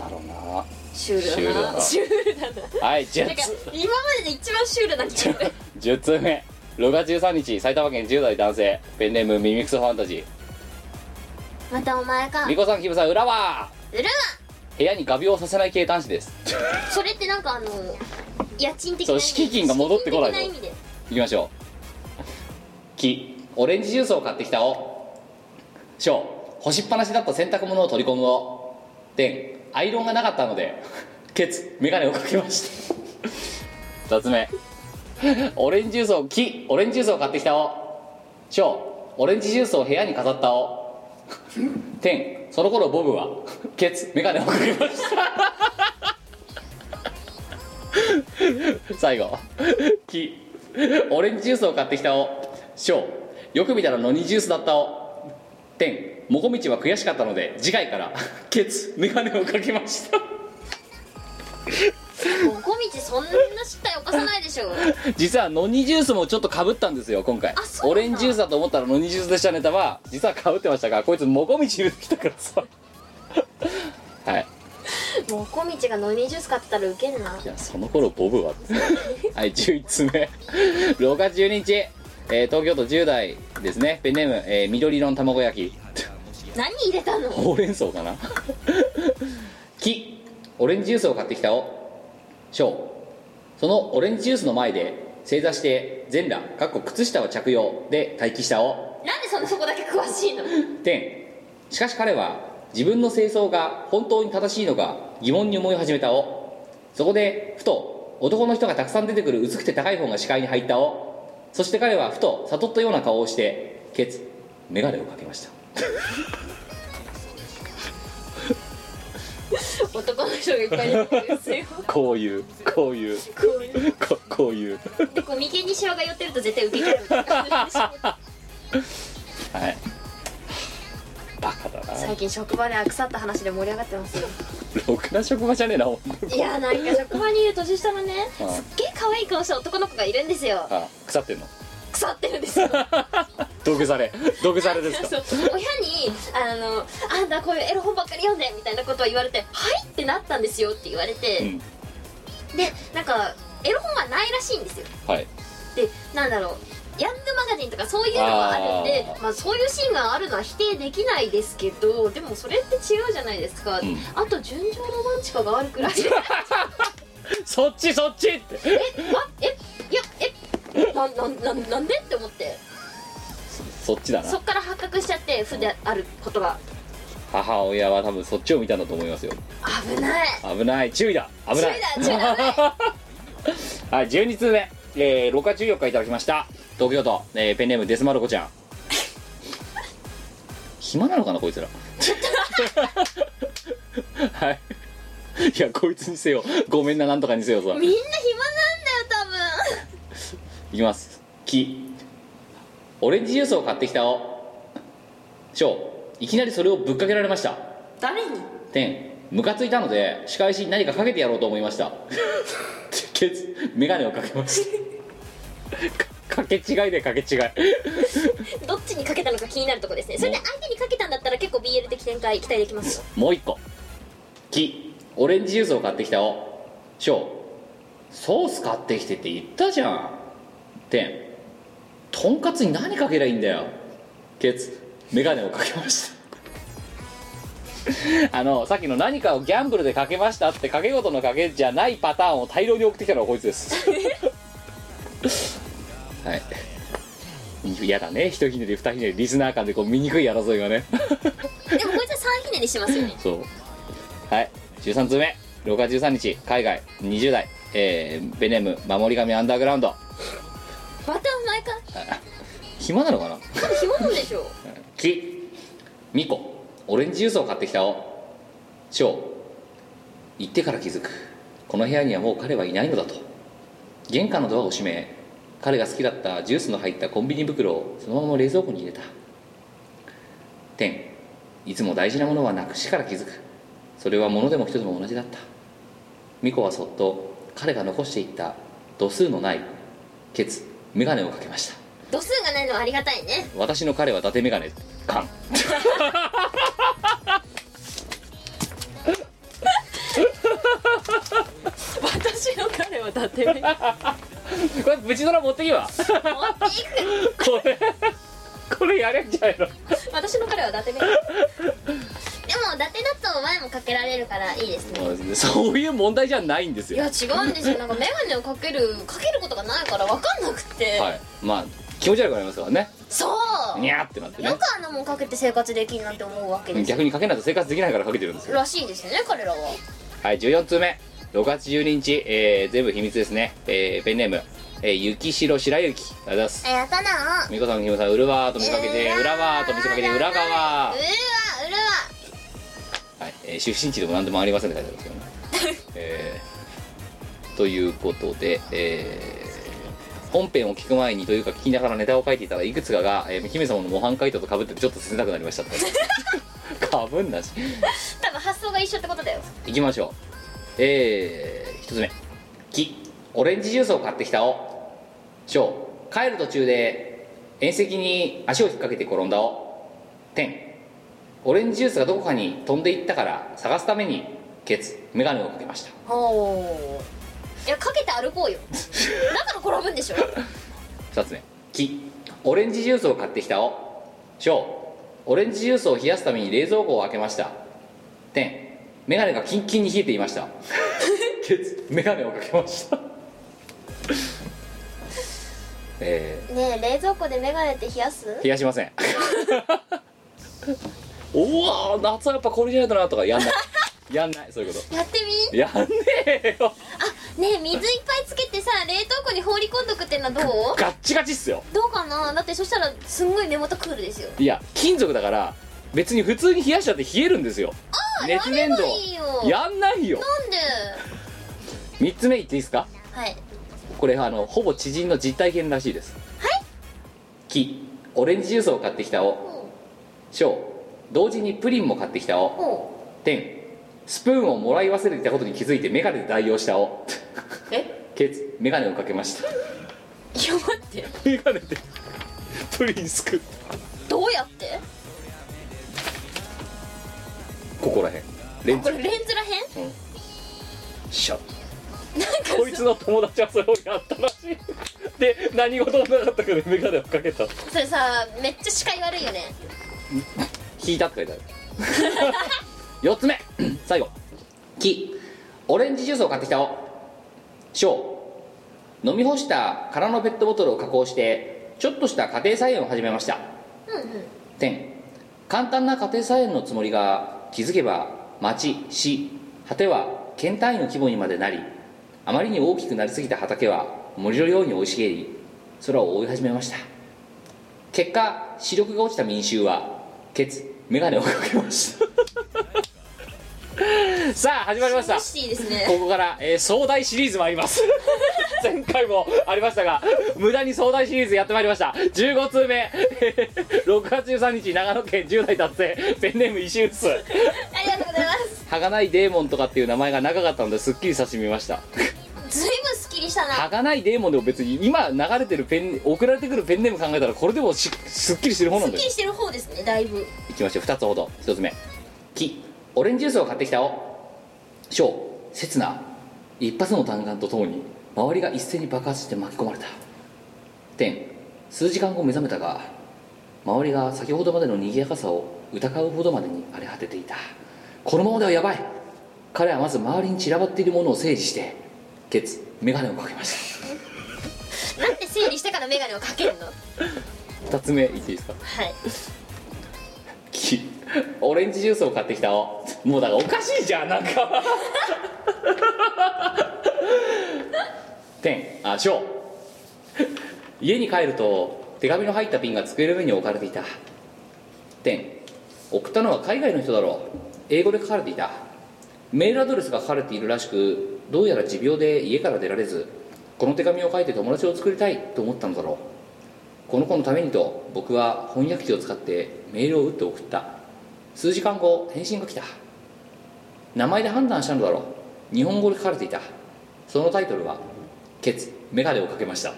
らなんだろうな
シュールだな
シ
シュールだな
はい10
なんか今までで一番シュールな 気がする
10通目6月13日埼玉県10代男性ペンネームミミクソファンタジ
またお前か
ーリコさんキムさん裏は
うる
部屋に画鋲をさせない系男子です
わそれってなんかあの家賃的
そ
な
う
意味
敷金が戻ってこないの
敷金的意味で
いきましょう木オレンジジュースを買ってきたを小干しっぱなしだった洗濯物を取り込むをでアイロンがなかったのでケツ眼鏡をかけました2つ目オレンジジュースを木オレンジジュースを買ってきたを小オレンジジュースを部屋に飾ったを天その頃ボブはケツ眼鏡をかけました最後木オレンジジュースを買ってきたを小よく見たらノニジュースだったを天もこみちは悔しかったので次回からケツメガネをかけました
もう小道そんな失態犯さないでしょ
実はノニジュースもちょっとかぶったんですよ今回
あそうなん
オレ
だ
ンジジュースだと思ったらノニジュースでしたネタは実はかぶってましたがこいつもこみち入れてきたからさはい
もう小道がノニジュース買ってたらウケんない
やその頃ボブ ははい11つ目6月12日、えー東京都10代ですねペンネーム、えー緑色の卵焼き
何入れたの
ほうれん草かな 木オレンジジュースを買ってきたを小そのオレンジジュースの前で正座して全裸かっこ靴下は着用で待機したを
なんでそんなそこだけ詳しいの
点しかし彼は自分の清掃が本当に正しいのか疑問に思い始めたをそこでふと男の人がたくさん出てくる薄くて高い方が視界に入ったをそして彼はふと悟ったような顔をしてケツ眼鏡をかけました
男の人がいっぱい出てくるんですよ
こういうこういうここういう
でこう眉間にシワが寄ってると絶対ウ ケるみたいな感じでしょ
はいバカだな
最近職場で腐った話で盛り上がってますよ
ろくな職場じゃねえない
やなんか職場にいる年下のねす
う
っ
ん
げえ可愛い顔した男の子がいるんですよ
あ腐ってんの
腐ってるんですよ
土下座れ土下座れですか
そう親にあの「あんたこういうエロ本ばっかり読んで」みたいなことを言われて「はい」ってなったんですよって言われ
う
て、
ん
でなんかエロ本はないらしいんですよ
はい
でなんだろうヤングマガジンとかそういうのはあるんで
あー
まあ、そういうシーンがあるのは否定できないですけどでもそれって違うじゃないですか、
ん
あと純情ロマンチカがあるくら いで
そっちそっちって
えあえいやえななななんでって思って
そっちだな
そっから発覚しちゃって負であることが
母親は多分そっちを見たんだと思いますよ
危ない
危ない注意だ危ない
注意だ注意だ危ない
はい12通目、えー、6月14日いただきました東京都、えーペンネームデスマルコちゃん暇なのかなこいつら はいいやこいつにせよごめんななんとかにせよさ
みんな暇なんだよ
いきます木オレンジジュースを買ってきたを小いきなりそれをぶっかけられました
多分誰に
点ムカついたので仕返しに何かかけてやろうと思いました ケツ眼鏡をかけましたかかけ違いでかけ違い
どっちにかけたのか気になるとこですねそれで相手にかけたんだったら結構 BL 的展開期待できますよ
もう一個木オレンジジュースを買ってきたを小ソース買ってきてって言ったじゃん点とんかつに何かけりゃいいんだよケツ眼鏡をかけました あのさっきの何かをギャンブルでかけましたって賭け事の賭けじゃないパターンを大量に送ってきたのはこいつです はい嫌だね一ひねり二ひねりリスナー間でこう醜い争いがね
でもこいつは3ひねりしますよね
そうはい13通目6月13日海外20代えー、ベネム守り神アンダーグラウンド
またお前か
暇なのかな
多分暇なんでしょう
木ミコオレンジジュースを買ってきたを小行ってから気づくこの部屋にはもう彼はいないのだと玄関のドアを閉め彼が好きだったジュースの入ったコンビニ袋をそのまま冷蔵庫に入れた点いつも大事なものはなくしから気づくそれはものでも一つも同じだったミコはそっと彼が残していった度数のないケツメガネをかけました
度数がないのはありがたいね
私の彼は伊達メガネ感
私の彼は伊達目持っていく
これブチドラ持ってきばこれ これやれんじゃないの
私の彼は伊達目でも伊達だと前もかけられるからいいですね
そういう問題じゃないんです
い
よ
や違うんですよなんか眼鏡をかけるかけることがないから分かんなくて、
はいまあ気持ち悪くなりますからね
そう
にゃーってなって
よ
ね
くあんなもんかけて生活できんなんて思うわけですよ
逆にかけないと生活できないからかけてるんですよ
らしいですね彼らは
はい14通目6月12日、えー全部秘密ですね、えーペンネーム、えー、雪城白雪ありがとうございます
やったな
美子さん、キムさん、うるわーと見せかけて、裏わーと見せかけて、裏側。は
うるわうるわ
い、えー出身地でも何でもありませんって書いてあるんですけどね。えーということで、えー本編を聞く前にというか聞きながらネタを書いていたらいくつかが、えー、姫様の模範解答とかぶっててちょっと切なくなりましたって。かぶんなし。
多分発想が一緒ってことだよ
いきましょう。えー、一つ目。木、オレンジジュースを買ってきたお。小、帰る途中で、縁石に足を引っ掛けて転んだお。天、オレンジジュースがどこかに飛んでいったから探すために、ケツ、メガネをかけました。
おいやかけて歩こ うよだから転ぶんでしょ
二つ目。木、オレンジジュースを買ってきたお。小、オレンジジュースを冷やすために冷蔵庫を開けました。天、メガネがキンキンに冷えていま した。ケツ、メガネをかけま した。え
ねえ冷蔵庫で眼鏡って冷やす
ー、冷やしま せん。おわー夏はやっぱこれじゃないとなとかや んない。やんない、そういうこ
やって
と。
み
やんねえよ。
ねえ水いっぱいつけてさ冷凍庫に放り込んどくってのはどう
ガッチガチっすよ。
どうかなだってそしたらすんごい根元クールですよ
いや、金属だから、別に普通に冷やしちゃって冷えるんですよ。熱
やれ
粘
ば
土。
いいよ
やんないよ。
なんで
3つ目言っていいですか
はい
これあのほぼ知人の実体験らしいですはい木オレンジジュースを買ってきたお
おう
小同時にプリンも買ってきたお
おう
天スプーンをもらい忘れていたことに気づいてメガネで代用したお
え
ケツメガネをかけました
いや待って
メガネでプリンすく
どうやって
ここらへんレン
こ
ズ
れレンズらへん
シャッこいつの友達はそれをやったらしいで何事もなかったからメガネをかけた
それさめっちゃ視界悪いよね
引いたって書いてある四つ目最後木オレンジジュースを買ってきたお小飲み干した空のペットボトルを加工してちょっとした家庭菜園を始めました天簡単な家庭菜園のつもりが気づけば町市果ては県単位の規模にまでなりあまりに大きくなりすぎた畑は森のように生い茂り空を覆い始めました結果視力が落ちた民衆はケツメガネをかけましたさあ始まりました
シティですね
ここから、えー壮大シリーズ参ります 前回もありましたが無駄に壮大シリーズやってまいりました15通目 えー6月13日長野県10代達成ペンネーム石臼
ありがとうございます
儚いデーモンとかっていう名前が長かったのですっきりさせてみました
ずいぶんすっきりしたな
儚いデーモンでも別に今流れてるペン送られてくるペンネーム考えたらこれでもしすっきりしてる方な
すっ
んだよ
きりしてる方ですねだいぶ
いきましょう2つほど1つ目木オレンジジュースを買ってきたお小刹那一発の弾丸とともに周りが一斉に爆発して巻き込まれた天数時間後目覚めたが周りが先ほどまでの賑やかさを疑うほどまでに荒れ果てていたこのままではやばい彼はまず周りに散らばっているものを整理してケツ眼鏡をかけまし
なんで整理してから眼鏡をかけるのは
た2つ目いっていいですか
い
きオレンジジュースを買ってきたおもうだからおかしいじゃんなんか 天あ小家に帰ると手紙の入った瓶が机の上に置かれていた天送ったのは海外の人だろう英語で書かれていたメールアドレスが書かれているらしくどうやら持病で家から出られずこの手紙を書いて友達を作りたいと思ったのだろうこの子のためにと僕は翻訳機を使ってメールを打って送った数時間後返信が来た名前で判断したのだろう日本語で書かれていたそのタイトルは「ケツメガネをかけました」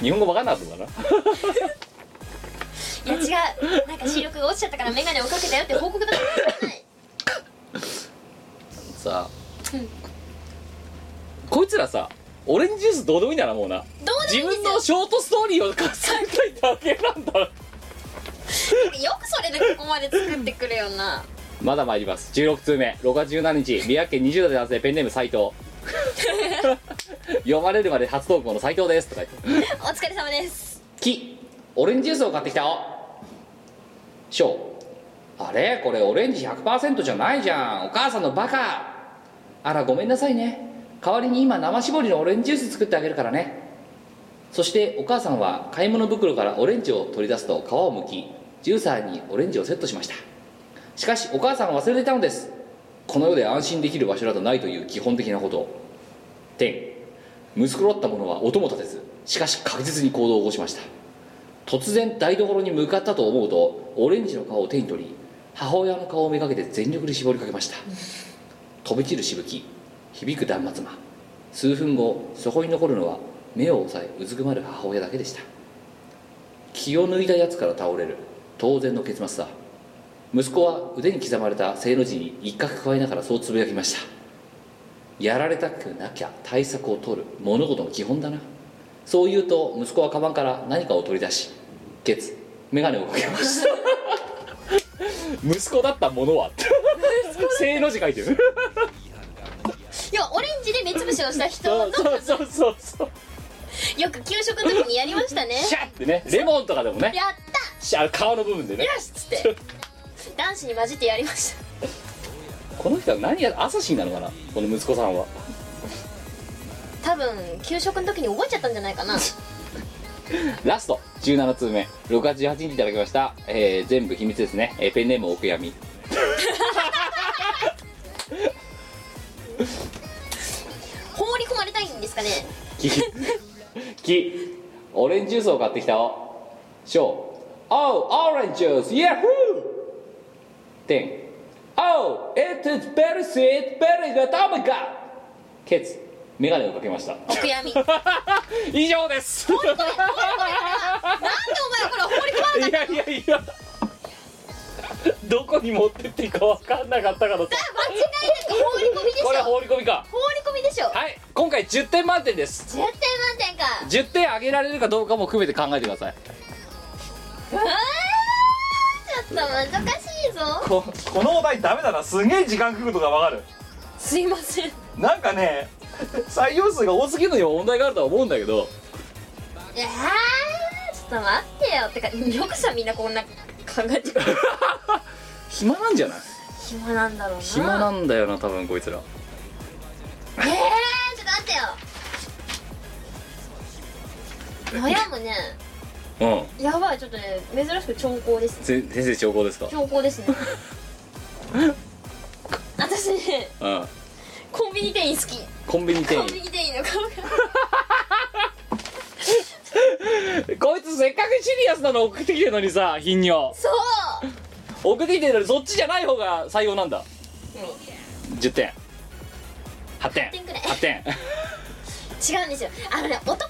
日本語わかんなかったんだない
や違うなんか視力が落ちちゃったから眼鏡をかけたよって報 告だと思ない
さあ、こいつらさオレンジジュースどうでもいいんだなもうな
どうで
自
もいいん
分
で
の
す
ショートストーリーを 重ねたいだけなんだ
よよくそれでここまで作ってくるよな
まだ参ります16通目6月17日宮城県20代男性ペンネーム斎藤 読まれるまで初投稿の斎藤ですとか言って
お疲れ様です
木オレンジジュースを買ってきたよ翔あれこれオレンジ100%じゃないじゃんお母さんのバカあらごめんなさいね代わりに今生搾りのオレンジジュース作ってあげるからねそしてお母さんは買い物袋からオレンジを取り出すと皮をむきジューサーにオレンジをセットしましたしかしお母さんは忘れていたのですこの世で安心できる場所などないという基本的なことを天息子だった者は音も立てずしかし確実に行動を起こしました突然台所に向かったと思うとオレンジの顔を手に取り母親の顔をめがけて全力で絞りかけました飛び散るしぶき響く断末魔数分後そこに残るのは目を押さえうずくまる母親だけでした気を抜いたやつから倒れる当然の結末だ息子は腕に刻まれた正の字に一角加えながらそうつぶやきましたやられたくなきゃ対策を取る物事の基本だなそう言うと息子はカバンから何かを取り出しケツ眼鏡をかけました息子だったものは正の字書いてる
いやオレンジで目つぶしをした人
そう
の
そうそうそうそう
よく給食の時にやりました ね
シャッってねレモンとかでもね
やった
シャ顔の部分でね
よしっつって男子に混じってやりました
この人は何や朝シーンなのかなこの息子さんは
多分給食の時に覚えちゃったんじゃないかな
ラスト17通目6月18日いただきました、えー全部秘密ですね、えーペンネームお悔やみ
放り込まれたいんですかね
き きオレンジジュースを買ってきたおしょうおうオレンジジュースイヤッホーてんおう it is very sweet very good oh my god ケツメガネをかけました
お悔やみなんで
以上です
お前これ放り込まれ
いやいやいやどこに持ってっていいか分かんなかったからさ
た間違いなく放り込みでしょ
これ放り込みか
放り込みでしょ
はい今回10点満点です
10点満点か
10点上げられるかどうかも含めて考えてくださいう
わーちょっと難しいぞ
ここのお題ダメだなすげえ時間食うとがわかる
すいません
なんかね採用数が多
多すぎるのにも問題があるとは思うんだけ ど
いやーちょっと待ってよってかよくさみんなこんな考えてくる
暇なんじゃない
暇なんだろうな
暇なんだよな多分こいつら
えー、ちょっと待ってよ悩むね
うん
やばいちょっとね珍しく兆候です
せ先生兆候ですか
兆候ですね 私ね
うん
コンビニ店員好き
コンビニ店
コンビ
員
ニ店員の顔が
こいつせっかくシリアスなの送ってきてるのにさ頻尿
そう
送ってきてるのにそっちじゃない方が採用なんだ、10点8点
点くらい
8点
違うんですよあのね男の顔っ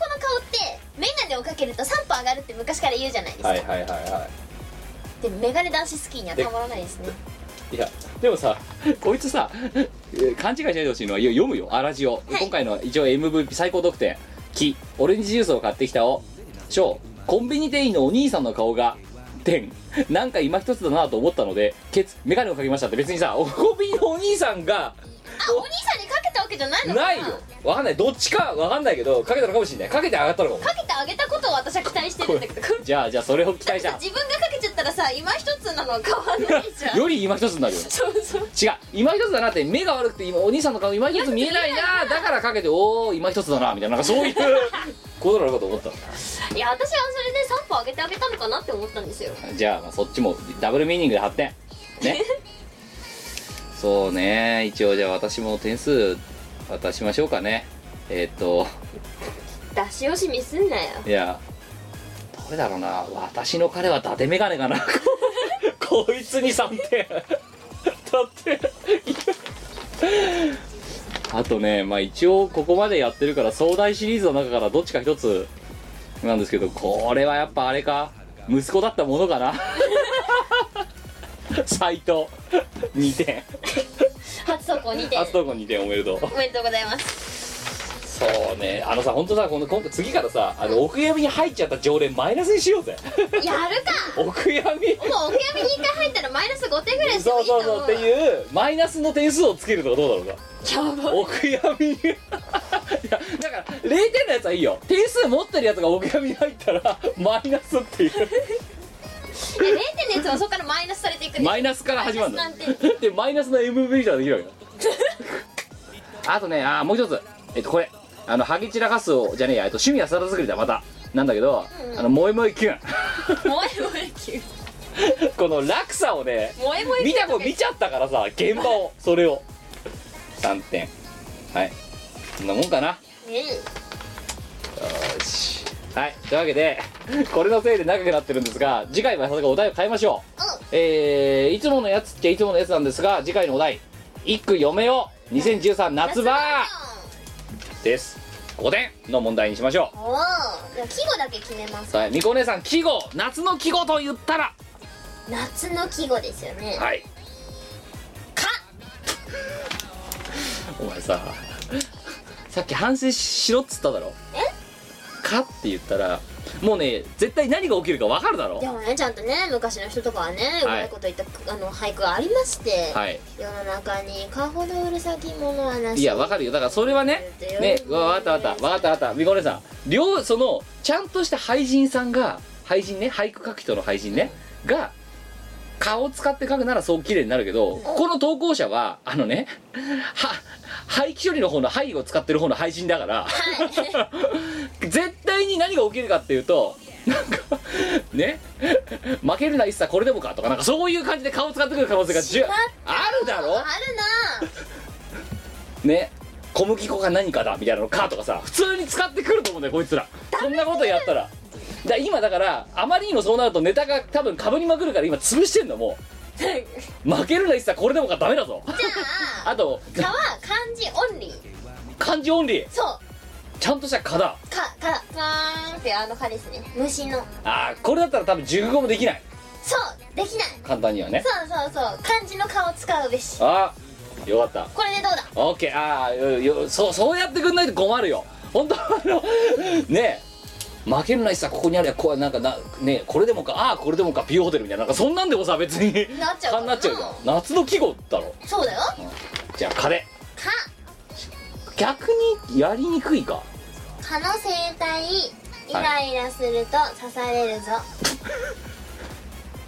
て眼鏡をかけると3歩上がるって昔から言うじゃないですか、
はいはいはいは
で眼鏡男子好きにはたまらないですね
いいやでもさこいつさえー勘違いしないでほしいのはよ読むよあらじを、
はい
今回の一応 MVP 最高得点「木オレンジジュースを買ってきたを」小コンビニ店員のお兄さんの顔が点なんか今一つだなと思ったのでケツ眼鏡をかけましたって別にさおコンビニのお兄さんが
あお兄さんにかけたわけじゃないのかな
ないよわかんないどっちかわかんないけどかけたのかもしれないかけて上がったのかも
かけてあげたことを私は期待してるんだけどだ
じゃあじゃあそれを期
って
待し
さ
た
自分がかけちゃったらさ今一つなのは変わんないじゃん
より今一つになるよ
そうそう
違う今一つだなって目が悪くて今お兄さんの顔今一つ見えないなだからかけておお今一つだなみたいななんかそういうことなのかと思った
いや私はそれで3歩上げてあげたのかなって思ったんですよ
じゃあまあそっちもダブルミーニングで発展ねそうね一応じゃあ私も点数渡しましょうかねえーっと
出し惜しみすんなよ
いやどれだろうな私の彼は伊達眼鏡かなこ こいつに3点 だって あとねまあ一応ここまでやってるから壮大シリーズの中からどっちか一つなんですけどこれはやっぱあれか息子だったものかな 斎藤2点
初投稿2点
初投稿2点おめでとう
おめでとうございます
そうねあのさ本当さこの今度次からさあの奥闇に入っちゃった常連マイナスにしようぜ
やるか
奥闇
もうお悔やみに1回入ったらマイナス5点ぐらいして も
そ
いういと
そう
思う
そうっていうマイナスの点数をつけるとかどうだろうかお悔やみ いやだから0点のやつはいいよ点数持ってるやつがお悔やみに入ったらマイナス っていう
いや0点のやつはそこからマイナスされていくんです
マイナスから始まるんだ
マイナスなん
でマイナスの MVP ができるわけだ あとねあーもう一つえっとこれあのハゲ散らかすをじゃねえやえっと趣味はサラダ作りだまたなんだけど、あの萌え萌えキュン
萌え萌え級
この落差をね
萌え萌え級
見た子見ちゃったからさ現場 をそれを3点はいこんなもんかなよ
ね
ーしはいというわけでこれのせいで長くなってるんですが次回はさすがお題を変えましょう、えー、いつものやつっちゃいつものやつなんですが次回のお題「一句嫁を2013夏場」です5点の問題にしましょ
おおじゃあ季語だけ決めます
うはいみこお姉さん季語夏の季語と言ったら
夏の季語ですよね
はい
か
お前ささっき反省しろっつっただろ
え
かって言ったらもうね絶対何が起きるか分かるだろ
でもねちゃんとね昔の人とかはねうまいこと言った、あの俳句がありまして、
はい
世の中にかほどうるさきものはなし
いや分かるよだからそれはねねわ分かった分かった分かった分かったみこねさん両そのちゃんとした俳人さんが俳人ね俳句書く人の俳人ねが顔を使って書くならそう綺麗になるけどここの投稿者はあのねは廃棄処理の方の廃を使ってる方の配信だから、 絶対に何が起きるかっていうとなんかね負けるな一切これでもかとかなんかそういう感じで顔を使ってくる可能性がじゅあるだろ
ある
ね小麦粉が何かだみたいなのかとかさ普通に使ってくると思うんだよこいつらそんなことやったらだ今だからあまりにもそうなるとネタが多分かぶりまくるから今潰してんのも
なぁ
う負けるな一切これでもかダメだぞ
じゃあ
あと
「か」は漢字オンリー
漢字オンリー
そ
ちゃんとした蚊だ
う「か」「か」「かーん」っていうあの「か」ですね虫の
あーこれだったら多分熟語もできない
そうできない
簡単にはね
そうそうそう漢字の「か」を使うべし
あーよかった
これでどうだ
オッケーああよよそうそうやってくんないと困るよ本当あのねえ負けるないさここにあるやこうなんかなねえこれでもかああこれでもかビューホテルみたいななんかそんなんでもさ別に
なっちゃうから
勘なっちゃうじゃん夏の季語だろ
そうだよ「
じゃあ彼
か」
逆にやりにくいか
蚊の生態イライラすると刺されるぞ、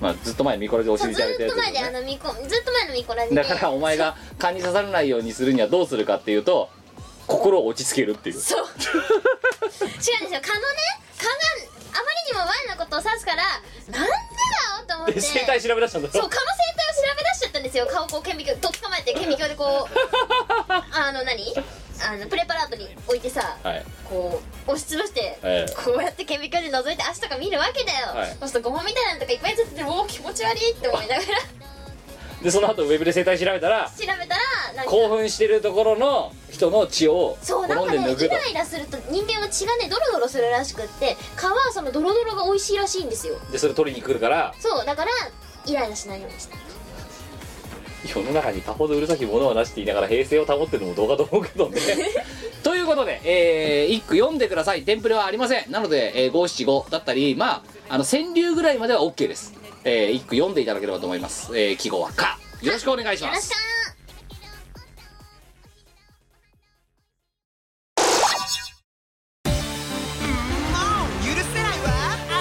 まあずっと前ミコラで教
そう
え
ず
てあげた
っ
や
と
つ
前で
だ
あ
よね
のみこずっと前のミコラジで
だからお前が蚊に刺されないようにするにはどうするかっていうと心を落ち着けるっていう
そう違うんですよ蚊のね蚊があまりにも前のことを指すからなんでだよと思って
で生態調べ出したんだ
そう
ろ
蚊の生態を調べ出しちゃったんですよ顔をこう顕微鏡で捕まえて顕微鏡 でこうあの何あのプレパラートに置いてさ
はい
こう押しつぶして、
ええ
こうやって顕微鏡で覗いて足とか見るわけだよ、
はい
そうするとゴマみたいなのとかいっぱいついててもう気持ち悪いって思いながら調
でその後ウェブで生態調べたら
べたらなん か
興奮してるところの人の血を
そうなん
転
か
んで
ね
抜く
イ
と
ライラすると人間は血がねドロドロするらしくって皮はそのドロドロが美味しいらしいんですよ
でそれ取りに来るから
そうだからイライラしないようにした
世の中にかほどうるさきものはなしって言いながら平成を保ってるのもどうかと思うけ どねということで、えー、一句読んでくださいテンプレはありませんなので、えー、575だったりまああの川柳ぐらいまでは OK です、えー、一句読んでいただければと思います、えー、季語は「か」よろしくお願いします
許せないわ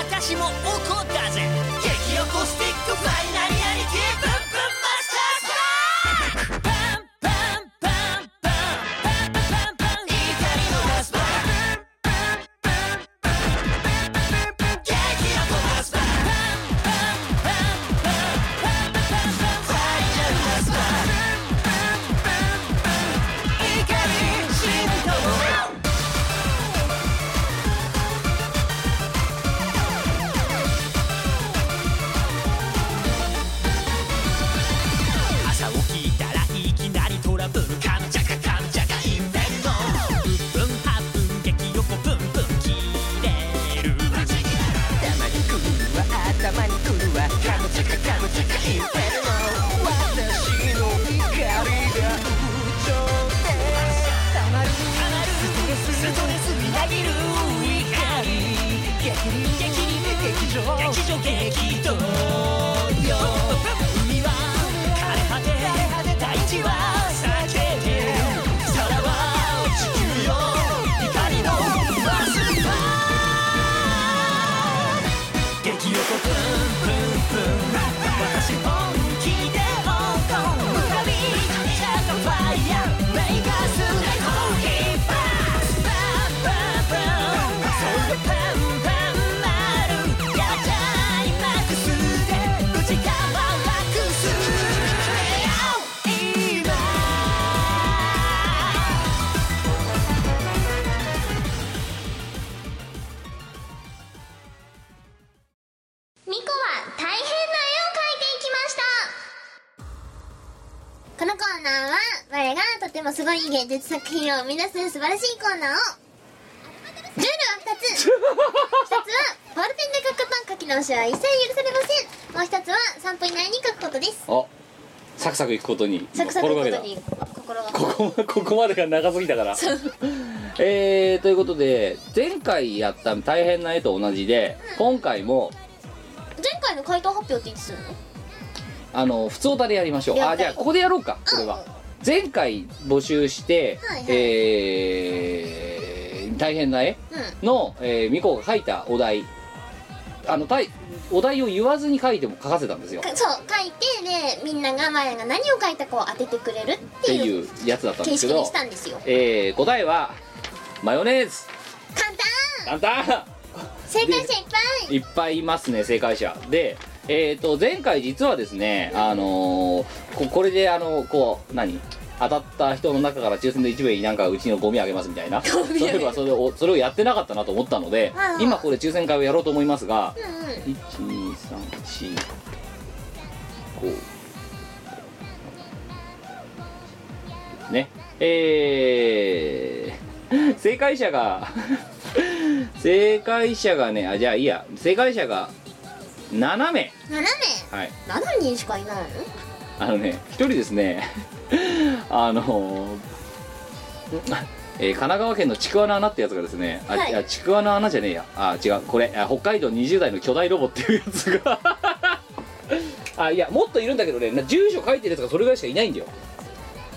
私も怒ったぜ激横スティックファイナリアリティブンブンマスターズバーンバンバンバンバンバンバンバン怒りのラスバーバンバンバンバンバンバンバンバン激横ラスバーバンバンバンバンバンバンバンバンファイナルラスバー地上激動よ海は枯れ果て大地は叫んでるさらば地球よ怒りのマスター激横プンプンプン私本気で怒る旅ジャッファイヤーメイカスライトヒッパーバンバンバンそれパンパン丸やっちゃいマックスで内側ワックス今
ミコは大変な絵を描いていきましたこのコーナーは我がとてもすごい芸術作品を生み出す素晴らしいコーナーをルールは2つ 1つはボールペンで書くパン書き直しは一切許されませんもう1つは3分以内に書くことです
あサクサクいくことに
サクサク
心
こ
がけ
と
た
に心が
ここま ここまでが長すぎたからえー、ということで前回やった大変な絵と同じで今回も
前回の回答発表っていつするの
あの普通おたでやりましょう
了解
あじゃあここでやろうかこれは、前回募集して、
はいはい
えー、大変な絵
う
の、えー、ミコが書いたお題あのたいお題を言わずに書いても書かせたんですよ
んかそう書いてで、みんながマヤが何を書いたかを当ててくれるっ
って
て
い
いう
うやつだったんで
形
すけ
式に
ど
し、たんですよ
えー、答えはマヨネーズ
簡単
簡単
正解者いっぱい
いっぱいいますね正解者でえー、と前回実はですねあのーここれであのこう何当たった人の中から抽選で1名になんかうちのゴミあげますみたいなそ
ゴミあ
う
げる
いえばそれをそれをやってなかったなと思ったので
はいはい
今これ抽選会をやろうと思いますが
うんうん
1234 5ねえー、 正解者が正解者がねあじゃあいいや正解者が7名
斜め
はい
7人しかいないの
あのね一人ですね あのえー神奈川県のちくわの穴ってやつがですねあ、
はい
あちくわの穴じゃねえやあ違うこれあ北海道20代の巨大ロボっていうやつが あいやもっといるんだけどねな住所書いてるやつがそれぐらいしかいないんだよ、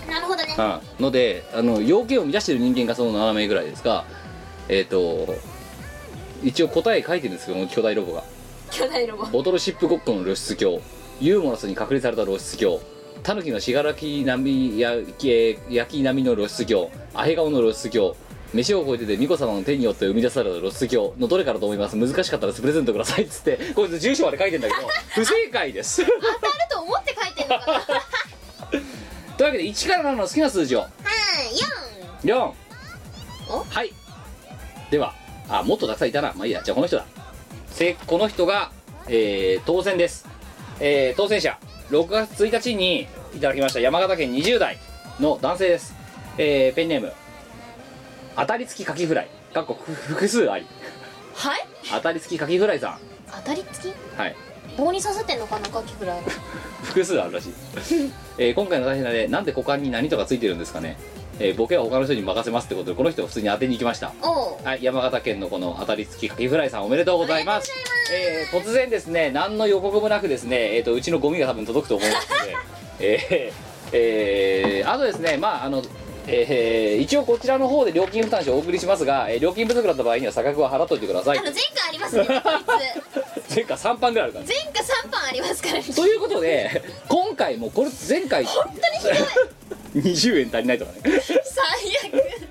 なるほどね
うん、のであの要件を満たしてる人間がその7名ぐらいですがえっ、と一応答え書いてるんですけどこの巨大ロボが
巨大ロボ
ボトルシップごっこの露出鏡ユーモラスに隠れされた露出鏡タヌキの信楽並やけ焼き並みの露出鏡アヘ顔の露出鏡飯を超えてて巫女様の手によって生み出された露出鏡のどれからと思います難しかったらプレゼントくださいっつってこいつ住所まで書いてんだけど不正解です
当たると思って書いてんのかなはい
というわけで1から7の好きな数字を4
お
はいではあもっとたくさんいたなまあいいやじゃあこの人だせこの人が、えー当選です、えー当選者6月1日にいただきました山形県20代の男性です、えーペンネーム当たり付きカキフライかっこふ複数あり
4はい
当たり付きカキフライさ
当たり付き
んはい
棒に刺さってんのかなカキフライ
複数あるらしい、えー今回の大変なでなんで股間に何とかついてるんですかね、えーボケは他の人に任せますってことでこの人を普通に当てに行きました
おう
はい、山形県のこの当たり付きかきフライさんおめでとうございますえー突然ですね何の予告もなくですね、えー、とうちのゴミが多分届くと思いますので えーえーあとですねまああのえー一応こちらの方で料金負担者をお送りしますが、えー料金不足だった場合には差額は払っといてくださ
あ
い
の前回ありますねこい つ
前回3パンぐらいあるからね
前回3番ありますからね
ということで今回もこれ前回本 当にひどい20円足りないとかね
最悪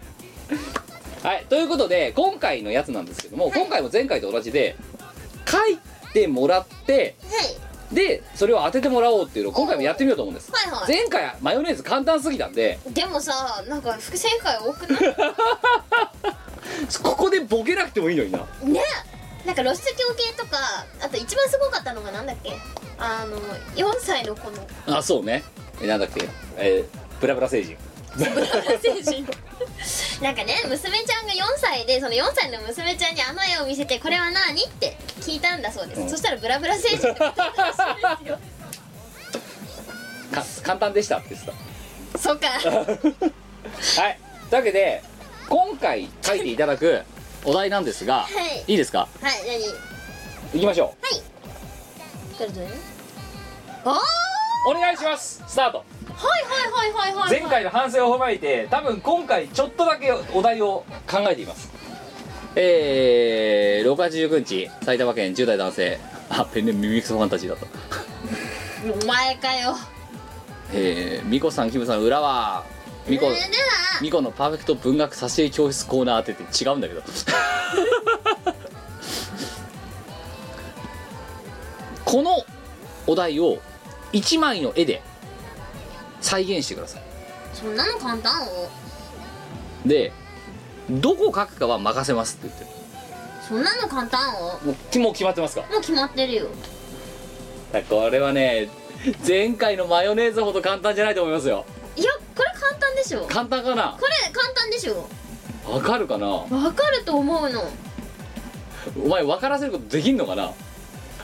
はい、ということで今回のやつなんですけども、今回も前回と同じで書いてもらってでそれを当ててもらおうっていうのを今回もやってみようと思うんです、
はいはい
前回マヨネーズ簡単すぎたんで
でもさなんか不正解多くない
ここでボケなくてもいいのにな
ねなんか露出狂系とかあと一番すごかったのがなんだっけあの4歳の子の
あそうねえなんだっけえー、ブラブラ星人
成人 なんかね娘ちゃんが4歳でその4歳の娘ちゃんにあの絵を見せて「これは何?」って聞いたんだそうです、
うん
そしたらブラブラ星人って言ったらしいですよ
か簡単でしたって言って
そうか
たはいというわけで今回書 いていただくお題なんですが、
はい
いいですか
はい何
いきましょう、
はいったらどうよ
お願いしますスタート
はいはいはいはいはい
前回の反省を踏まえて多分今回ちょっとだけお題を考えていますえー、6月19日埼玉県10代男性あペンネームミミクソファンタジーだった
お前かよ
えー、ミコさんキムさん裏はミコ
それでは
ミコのパーフェクト文学挿絵教室コーナー当てて違うんだけど このお題を1枚の絵で再現してくださ
そんなの簡単を
いでどこ描くかは任せますって言ってる
そんなの簡単を
もうきもう決まってますか
もう決まってるよ
だからこれはね前回のマヨネーズほど簡単じゃないと思いますよ
いやこれ簡単でしょこ
簡単かな
れ簡単でしょ
わかるかな
わかると思うの
お前分からせることできんのかな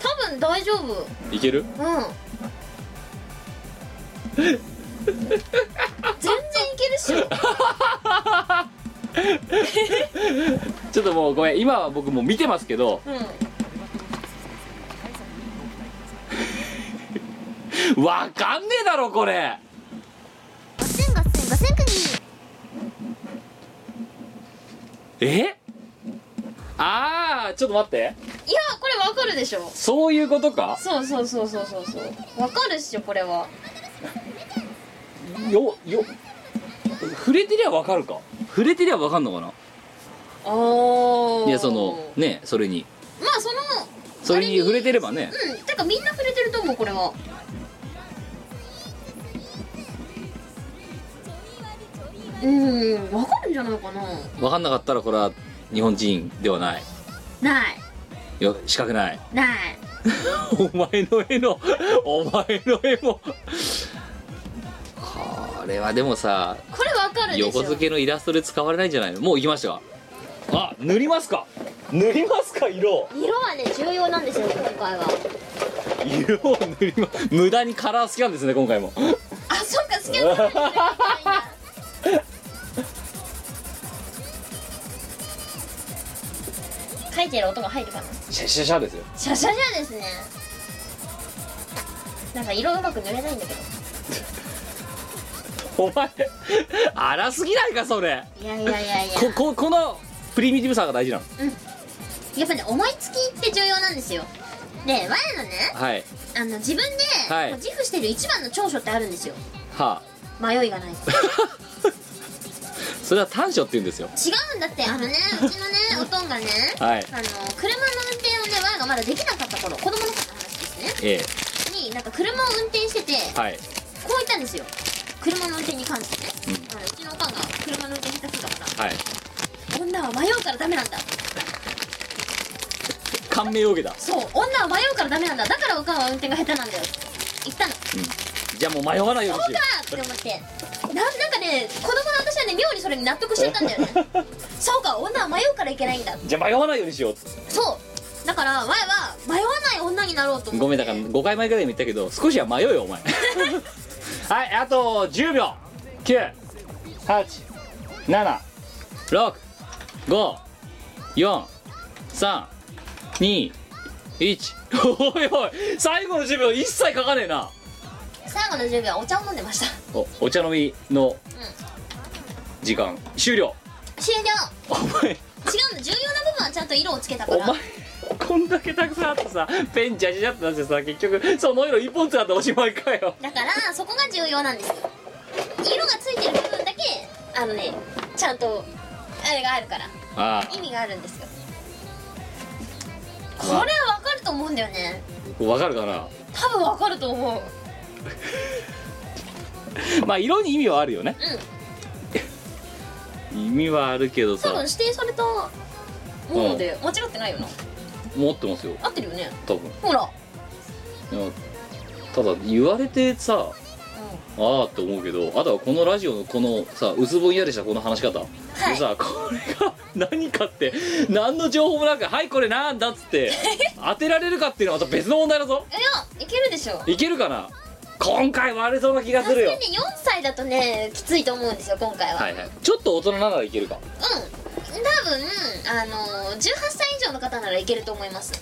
多分大丈夫うん
いける
全然いけるっしょ
ちょっともうごめん今は僕もう見てますけど
うん
わかんねえだろこれ
ガセンガセンガセンクニー
えああちょっと待って
いやこれわかるでしょ
そういうことか
そうそうそうそうそうそうわかるっしょこれは
よよ触れてりゃわかるか触れてりゃわかんのかな
ああ
いやそのねそれに
まあその
それに触れてればね
うんてかみんな触れてると思うこれはうんわかるんじゃないかな
わかんなかったらこれは日本人ではない
ない
よ仕掛けない
ない
お前の絵のお前の絵もこれはでもさ
これわかるでしょ
横付けのイラストで使われないんじゃないのもう行きましたかあ塗りますか塗りますか色
色はね重要なんですよ今回は
色を塗りま無駄にカラー好きなんですね今回も
あそっか好きなの書いてる音が入るかな
シャシャシャですよ
シャシャシャですねなんか色うまく塗れないんだけど
お前荒すぎないかそれ
いやいやいやい
こ
や
ここのプリミティブさが大事なの
やっぱね思いつきって重要なんですよで前のね
はい
あの自分で
はい
こう自負してる一番の長所ってあるんですよ
はあ
迷いがない違
それは短所って言うんですよ
うんだってあの ねうちのねおとんがね、
はい
あの車の運転をね我がまだできなかった頃子供の頃の話ですね
ええ
になんか車を運転してて
はい
こう言ったんですよ車の運転に関してね、あのうちのおかんが車の運転下手くそだから
はい
女は迷うからダメなんだ
感銘を受けた
そう女は迷うからダメなんだだからおかんは運転が下手なんだよ言ったのそ
じゃあもう迷わないよう
う
にしよ
かって思ってななんかね子供の私はね妙にそれに納得しちゃったんだ よねそうか女は迷うからいけないんだ
うじゃあ迷わないようにしよ
そうだから前は迷わない女になろうと思って
うごめんだから5回前ぐらいにも言ったけど少しは迷うよお 前はいあと10秒987654321おいおい最後の10秒一切書かねえな
最後の10秒はお茶を飲んでました
おお茶飲みの時間終了
終了
お前
違うの重要な部分はちゃんと色をつけたか
お
ら
前こんだけたくさんあってさペンジャジャジャってなってさ結局その色一本使っておしまいかよ
だからそこが重要なんですよ色がついてる部分だけあのねちゃんとあれがあるから
ああ
意味があるんですよこ
う
れ
わ
はわかると思うんだよね
わかるかな
多分わかると思う
まあ色に意味はあるよね、 意味はあるけど
多
さ
分指定されたもので間違ってないよな
持ってますよ
合ってるよね
多分
ほら
いやただ言われてさああって思うけどあとはこのラジオのこのさ薄ぼんやりしたこの話し方、でさこれが何かって何の情報もなく「はいこれなんだ」っつって 当てられるかっていうのはまた別の問題だぞ
いやいけるでしょ
いけるかな今回割れそうな気が
さ
す
す
る
が
よ
に4歳だとねきついと思うんですよ今回は、
はいはいちょっと大人ならいけるか
うん多分あの18歳以上の方ならいけると思います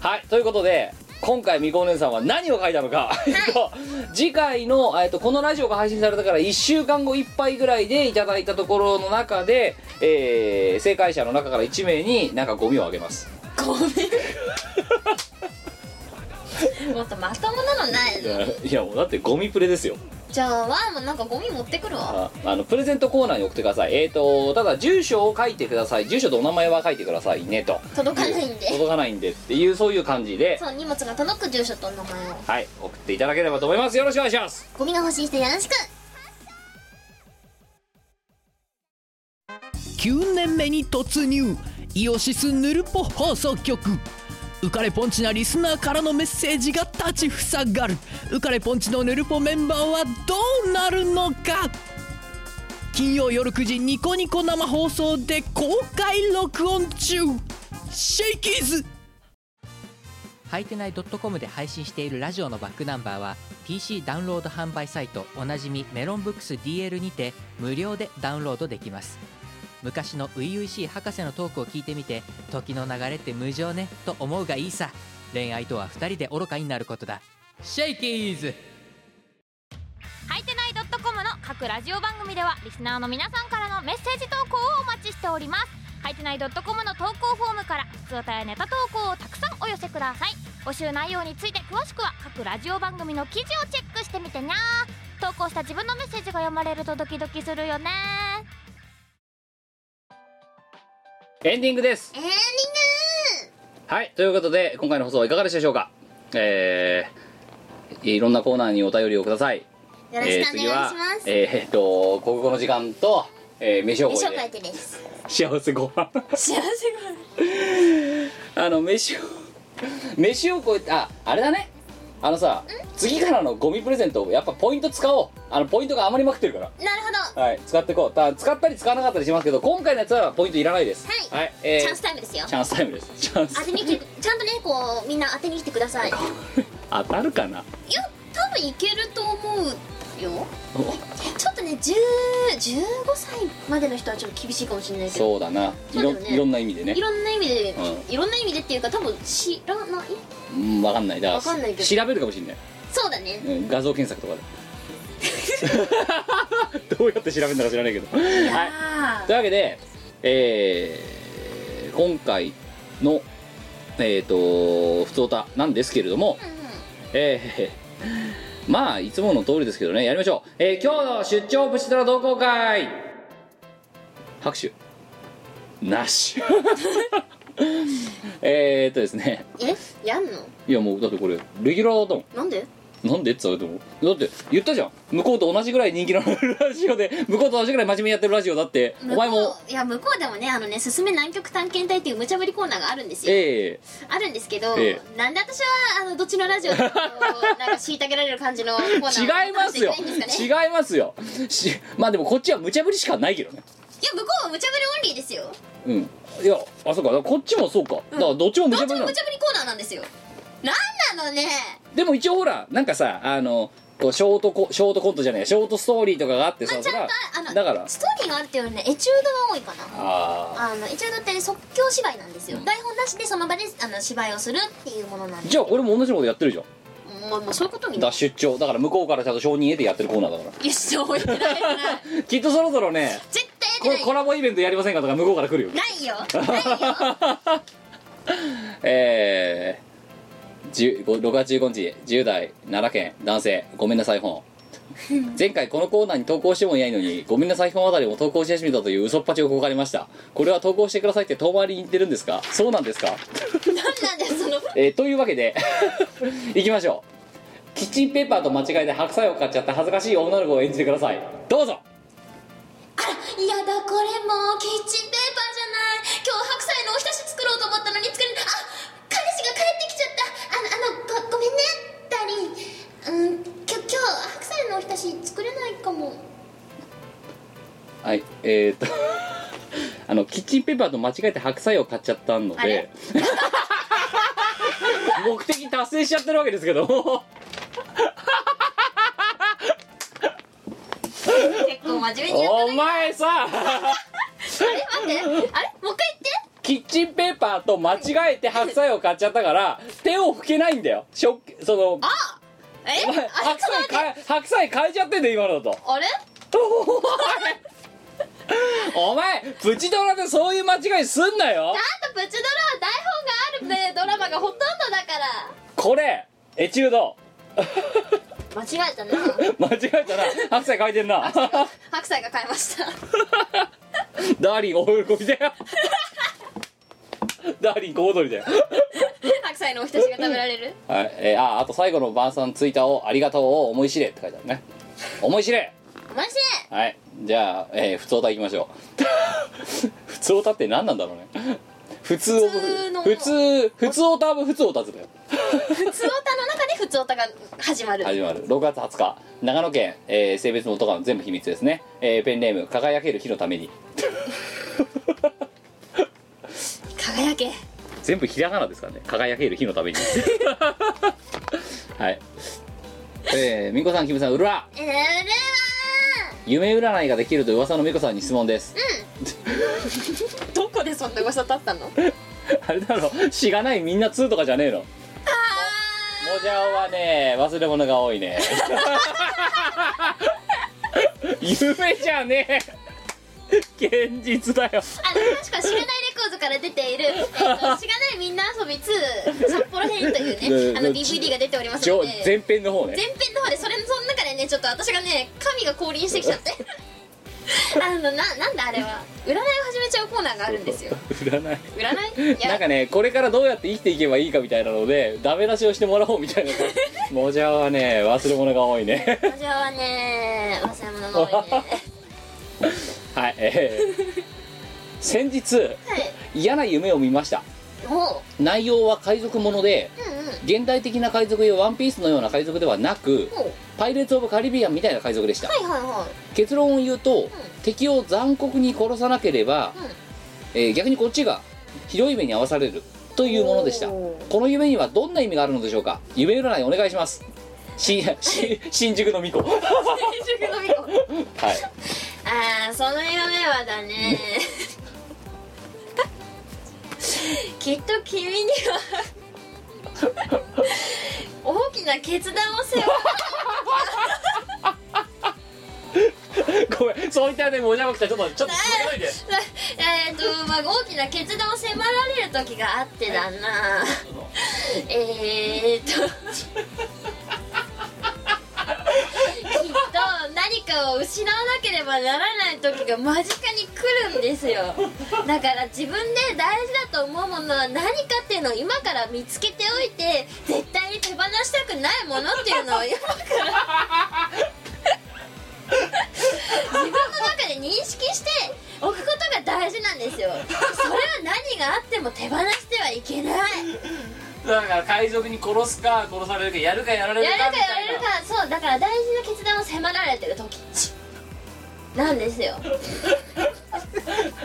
はいということで今回みこお姉さんは何を書いたのか えっと次回の、えっと、このラジオが配信されたから1週間後いっぱいぐらいでいただいたところの中で、えー正解者の中から1名になんかゴミをあげ ます
ごめ んもっとまともなのない
いやいやもうだってゴミプレですよ
じゃあワンもなんかゴミ持ってくるわ
ああのプレゼントコーナーに送ってくださいえっ、とただ住所を書いてください住所とお名前は書いてくださいねと
届かないんで
届かないんでっていうそういう感じで
そう荷物が届く住所とお名前を
はい送っていただければと思いますよろしくお願いします
ゴミが欲しい人よろしく
9年目に突入イオシスヌルポ放送局浮かれポンチなリスナーからのメッセージが立ちふさがる浮かれポンチのヌルポメンバーはどうなるのか金曜夜9時ニコニコ生放送で公開録音中シェイキーズ
はいてない .com で配信しているラジオのバックナンバーは PC ダウンロード販売サイトおなじみメロンブックス DL にて無料でダウンロードできます昔の初々しい博士のトークを聞いてみて時の流れって無情ねと思うがいいさ恋愛とは2人で愚かになることだシェイキーズ
はいてない .com の各ラジオ番組ではリスナーの皆さんからのメッセージ投稿をお待ちしておりますはいてない .com の投稿フォームから普通歌やネタ投稿をたくさんお寄せください募集内容について詳しくは各ラジオ番組の記事をチェックしてみてにゃー投稿した自分のメッセージが読まれるとドキドキするよね
エンディングです
エンディン
はいということで今回の放送はいかがでしたでしょうかえー、いろんなコーナーにお便りをください
グよろしく
え
お願いし
ー
ます、
次はえーっと国語の時間と、えー、飯を
衣
覚
装書
え
いてです
幸せご飯
幸せが
あの飯を飯を超えてああれだねあのさ次からのゴミプレゼントをやっぱポイント使おうあのポイントが余りまくってるから
なるほど
はい使ってこうた使ったり使わなかったりしますけど今回のやつはポイントいらないです、
はい
えー
チャンスタイムですよ
チャンスタイムですチャン
当
ス
てに来てちゃんとねこうみんな当てに来てくださいいや
当たるかな
多分いけると思うよちょっとね10 15歳までの人はちょっと厳しいかもしれないけど
そうだな
そ
いうろ
だよ
ん、
ね
いろんな意味でね
いろんな意味で、
う
いろんな意味でっていうか多分知らない
うん分かんないだ
わかんないけど
調べるかもしれない
そうだね
うん画像検索とか でどうやって調べるのか知らないけどはい
あ
というわけで、えー今回のえっ、と普通歌なんですけれども、
ーうん
えーまあいつもの通りですけどねやりましょう、えー今日の出張プチトラ同好会拍手なし えーっとですね
えやんの
いやもうだってこれレギュラーだもん
なんで
なんでって言われてもだって言ったじゃん向こうと同じぐらい人気のあるラジオで向こうと同じぐらい真面目にやってるラジオだってお前
向
も
こういや向こうでもねあのね「すすめ南極探検隊」っていう無茶ぶりコーナーがあるんですよ、
ええ
あるんですけど、
え
なんで私はあのどっちのラジオでも こうなんか虐げられる感じのコーナーを
違いますよ
なんですかね
違いますよしまあでもこっちは無茶ぶりしかないけどね
いや向こうは無茶ぶりオンリーですよ
うんいやあそうかこっちもそうかだからどっちも無
ど
茶
っ
ぶりな
ちも
の
無茶ぶりコーナーなんですよなんなのね
でも一応ほらなんかさあのこうショートコショートコントじゃないショートストーリーとかがあってさ
あちゃんとあ
それ
の
はだから
ストーリーがあるっていうよりねエチュードが多いかな
ああ
あのエチュードって即興芝居なんですよ、台本なしでその場であの芝居をするっていうものなんで
じゃあ俺も同じようなことやってるじゃん
もうもうそういうことにな
だ出張だから向こうからちゃんと承認得てやってるコーナーだか
いやそう言ってない言ってない
らきっとそろそろね
絶対
こ
やっ
れ
て
コ
ない
ラボイベントやりませんかとか向こうから来るよ
ないよないよ
えー、10 5 6月15日10代奈良県男性ごめんなさい本前回このコーナーに投稿してもいないのにごめんなさい本あたりも投稿し始めたという嘘っぱちをこかれましたこれは投稿してくださいって遠回りに言ってるんですかそうなんですか、
なんなんだよその
えーというわけでいきましょうキッチンペーパーと間違えて白菜を買っちゃった恥ずかしい女の子を演じてくださいどうぞ
いやだこれもうキッチンペーパーじゃない今日白菜のおひたし作ろうと思ったのに作れないあ彼氏が帰ってきちゃったあのあのごごめんねダーリンうんきょ今日白菜のおひたし作れないかも
はいえー、っと あのキッチンペーパーと間違えて白菜を買っちゃったの
あ
で
れ
目的達成しちゃってるわけですけど
結構真面目にやっ
お前さ
たあれ待ってあれもう一回言って
キキッチンペーパーと間違えて白菜を買っちゃったから手を拭けないんだよ食その
あえ
お前白菜変え白菜変えちゃってんだよ今のだ と
あれ
お前プチドラでそういう間違いすんなよ
あんたプチドラは台本があるねドラマがほとんどだから
これエチュード
間違えたな
間違えたな白菜変えてんな
白菜が買いました
ダーリン大喜びだよ ダーリン小踊りだよ
白菜のおひたしが食べられる
はい、えーああと最後の晩さんツイッターを「ありがとう」を思い知れって書いてあるね思い知れ
マジ
はいじゃあ、えー、普通歌いきましょう 普通歌って何なんだろうね普通オブ普
普
通普通オタブ普通オタズだよ
普通オタの中で普通オタが始まる
始まる6月20日長野県、えー性別もとかも全部秘密ですね、えーペンネーム輝ける日のために
輝け
全部ひらがなですからね輝ける日のためにはいえー、みこさんキムさんうるわ
えーうるわ
夢占いができると噂のみこさんに質問です
ーうんどこでそんな噂立ったの
あれだろしがないみんな2とかじゃねえのもじゃおはね忘れ物が多いね夢じゃねえ現実だ よ
あの確か「しがないレコーズ」から出てい る「えっとしがないみんな遊び2札幌編」というねあの DVD が出ておりますの
上
で
前編の方ね
前編の方でそれのその中でねちょっと私がね神が降臨してきちゃって あのななんだあれは占いを始めちゃうコーナーがあるんですよ
占い
占いい や
なんかねこれからどうやって生きていけばいいかみたいなのでダメ出しをしてもらおうみた いなもじゃはね忘れ物が多いね
お嬢はね忘れ物が多いね
はいえー先日、嫌な夢を見ました
もう
内容は海賊もので
うんうん
現代的な海賊やワンピースのような海賊ではなく
ほう
パイレーツ・オブ・カリビアンみたいな海賊でした、
はいはいは
結論を言うと、敵を残酷に殺さなければ、えー逆にこっちがひどい目に遭わされるというものでしたこの夢にはどんな意味があるのでしょうか夢占いお願いしますし し新宿の巫女はい
新宿のみこああその夢はだねきっと君には大きな決断をせよ
ごめんそういったねもじゃもきた ちょっとちょっと
えーっと、まあ、大きな決断を迫られる時があってだな、えーっときっと何かを失わなければならない時が間近に来るんですよだから自分で大事だと思うものは何かっていうのを今から見つけておいて絶対に手放したくないものっていうのを今から自分の中で認識しておくことが大事なんですよそれは何があっても手放してはいけない
だから海賊に殺すか殺されるかやるかやら
やるかやられるかそうだから大事な決断を迫られてる時なんですよやば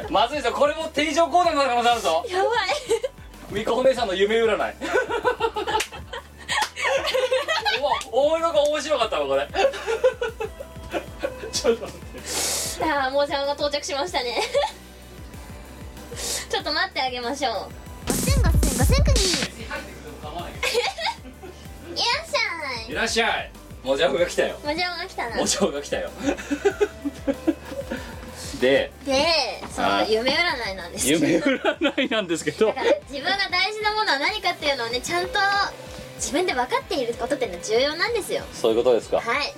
い
まずいぞこれも定常コーナーになる可能性あるぞみこお姉さんの夢占いお大色が面白かったわこれちょっと待って
ああもうちゃんが到着しましたね ちょっと待ってあげましょう いらっしゃい
いらっしゃいもじゃおが来たよ
もじゃおが来たな
もじゃおが来たよで
でそ
は
の
い
夢占いなんですけど
夢占いなんですけど
だから自分が大事なものは何かっていうのをねちゃんと自分で分かっていることっていうのは重要なんですよ
そういうことですか
はい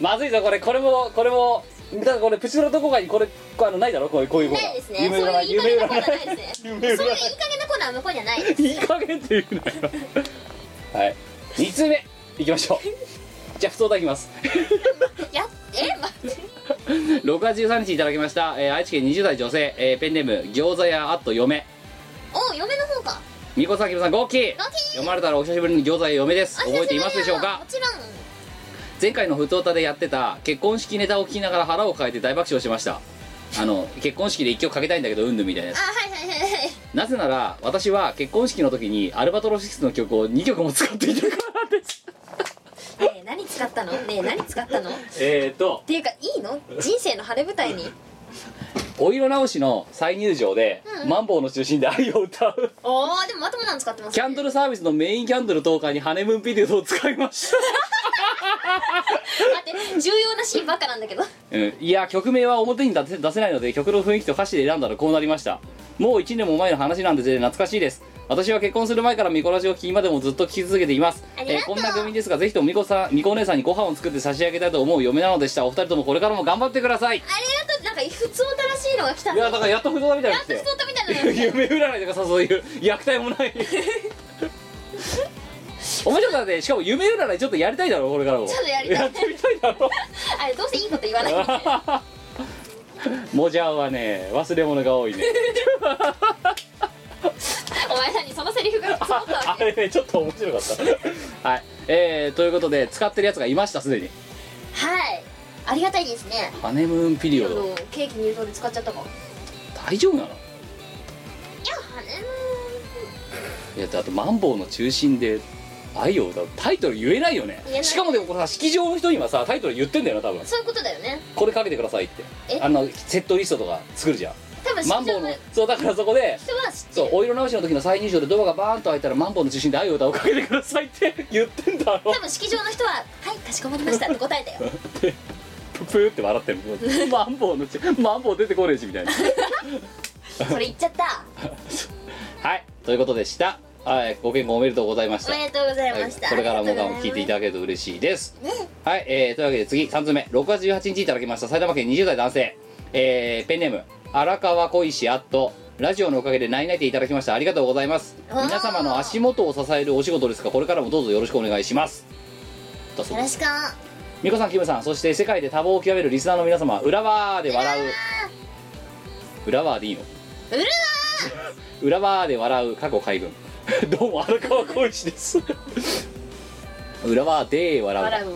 まずいぞこれこれもこれもだからこれプチドラどこかにこれあのないだろこういうこういうコーナー
ないですね
夢占い
そういう
夢
言い方が
占い
ないですねそう
夢占
いう
い
言い加減なコーナーは向こうにはない
いい加減って言うなよはい2通目いきましょうじゃあ普通いただきます
やえ待って
6月13日いただきました、えー愛知県20代女性、えーペンネーム餃子屋あっと嫁
お嫁の方か
みこさんきむさんごっき
ごっき
読まれたらお久しぶりの餃子屋嫁です覚えていますでしょうか
もちろん
前回の「ふとた」でやってた結婚式ネタを聞きながら腹を抱えて大爆笑しましたあの結婚式で一曲かけたいんだけどうんぬんみたいなや
あ
つ
はいはいはいはい
なぜなら私は結婚式の時にアルバトロシスの曲を2曲も使っていたからなんです
ねえ何使ったのねえ何使ったのっ
えーと
ていうかいいの人生の晴れ舞台に
お色直しの再入場で、
うん
マンボウの中心で愛を歌う
おーでもまともなの使ってます
キャンドルサービスのメインキャンドル10日にハネムーンピリオドを使いました、
待って重要なシーンばっかなんだけど
うん、いや曲名は表に出せ出せないので曲の雰囲気と歌詞で選んだらこうなりましたもう1年も前の話なんで懐かしいです私は結婚する前からミコラジを聞き今でもずっと聞き続けています
ありがとう
こんな組ですがぜひともミコさんミコお姉さんにご飯を作って差し上げたいと思う嫁なのでしたお二人ともこれからも頑張ってください
ありがとうなんか普通たらしいのが来た
いやだからやっと不動だみたいな
やっと普通だみたいなのが来た
夢占いとかさそういう虐待もない お前ちょっとだってしかも夢占いちょっとやりたいだろこれからも
ちょっとやりたい
ってみたいだ ろ
あれどうせいいこと言わない
もじゃはね忘れ物が多い ね
お前さんにそのセリフが積もったわけ
あれねちょっと面白かったはいえー、ということで使ってるやつがいましたすでに
はいありがたいですね
ハネムーンピリオ
あの
ド
ケーキ入刀で使っちゃったかもい
大丈夫なの
やハネ
いやだってマンボウの中心で愛を歌うタイトル言えないよね
言えない
しかもでもこれさ式場の人にはさタイトル言ってんだよな多分
そういうことだよね
これかけてくださいって
え
あのセットリストとか作るじゃん
多分
マンボウ
の
のそうだからそこで
人は知って
そうお色直しの時の再入場でドアがバーンと開いたらマンボウの中心で愛を歌をかけてくださいって言ってんだろ
多分式場の人は「はいかしこまりました」って答えたよ
でププーって笑ってるマンボウの中マンボウ出てこねえしみたいな
それ言っちゃった
はいということでしたはいご健康おめでとうございまし
お
た
めでとうございまし
は
た、
いこれからも
ありがとうござ
聞いていただけると嬉しいです
いますね
はい、えー、というわけで次3つ目6月18日いただきました埼玉県20代男性、えー、ペンネーム荒川小石アットラジオのおかげで泣い泣いていただきましたありがとうございます
おー
皆様の足元を支えるお仕事ですがこれからもどうぞよろしくお願いしますだそうで
よろ
す
しく
美子さんキムさんそして世界で多忙を極めるリスナーの皆様裏ワーで笑う裏ワーでいいの
うるわ
裏側で笑う過去回文 どうも荒川浩一です裏側で笑う
笑う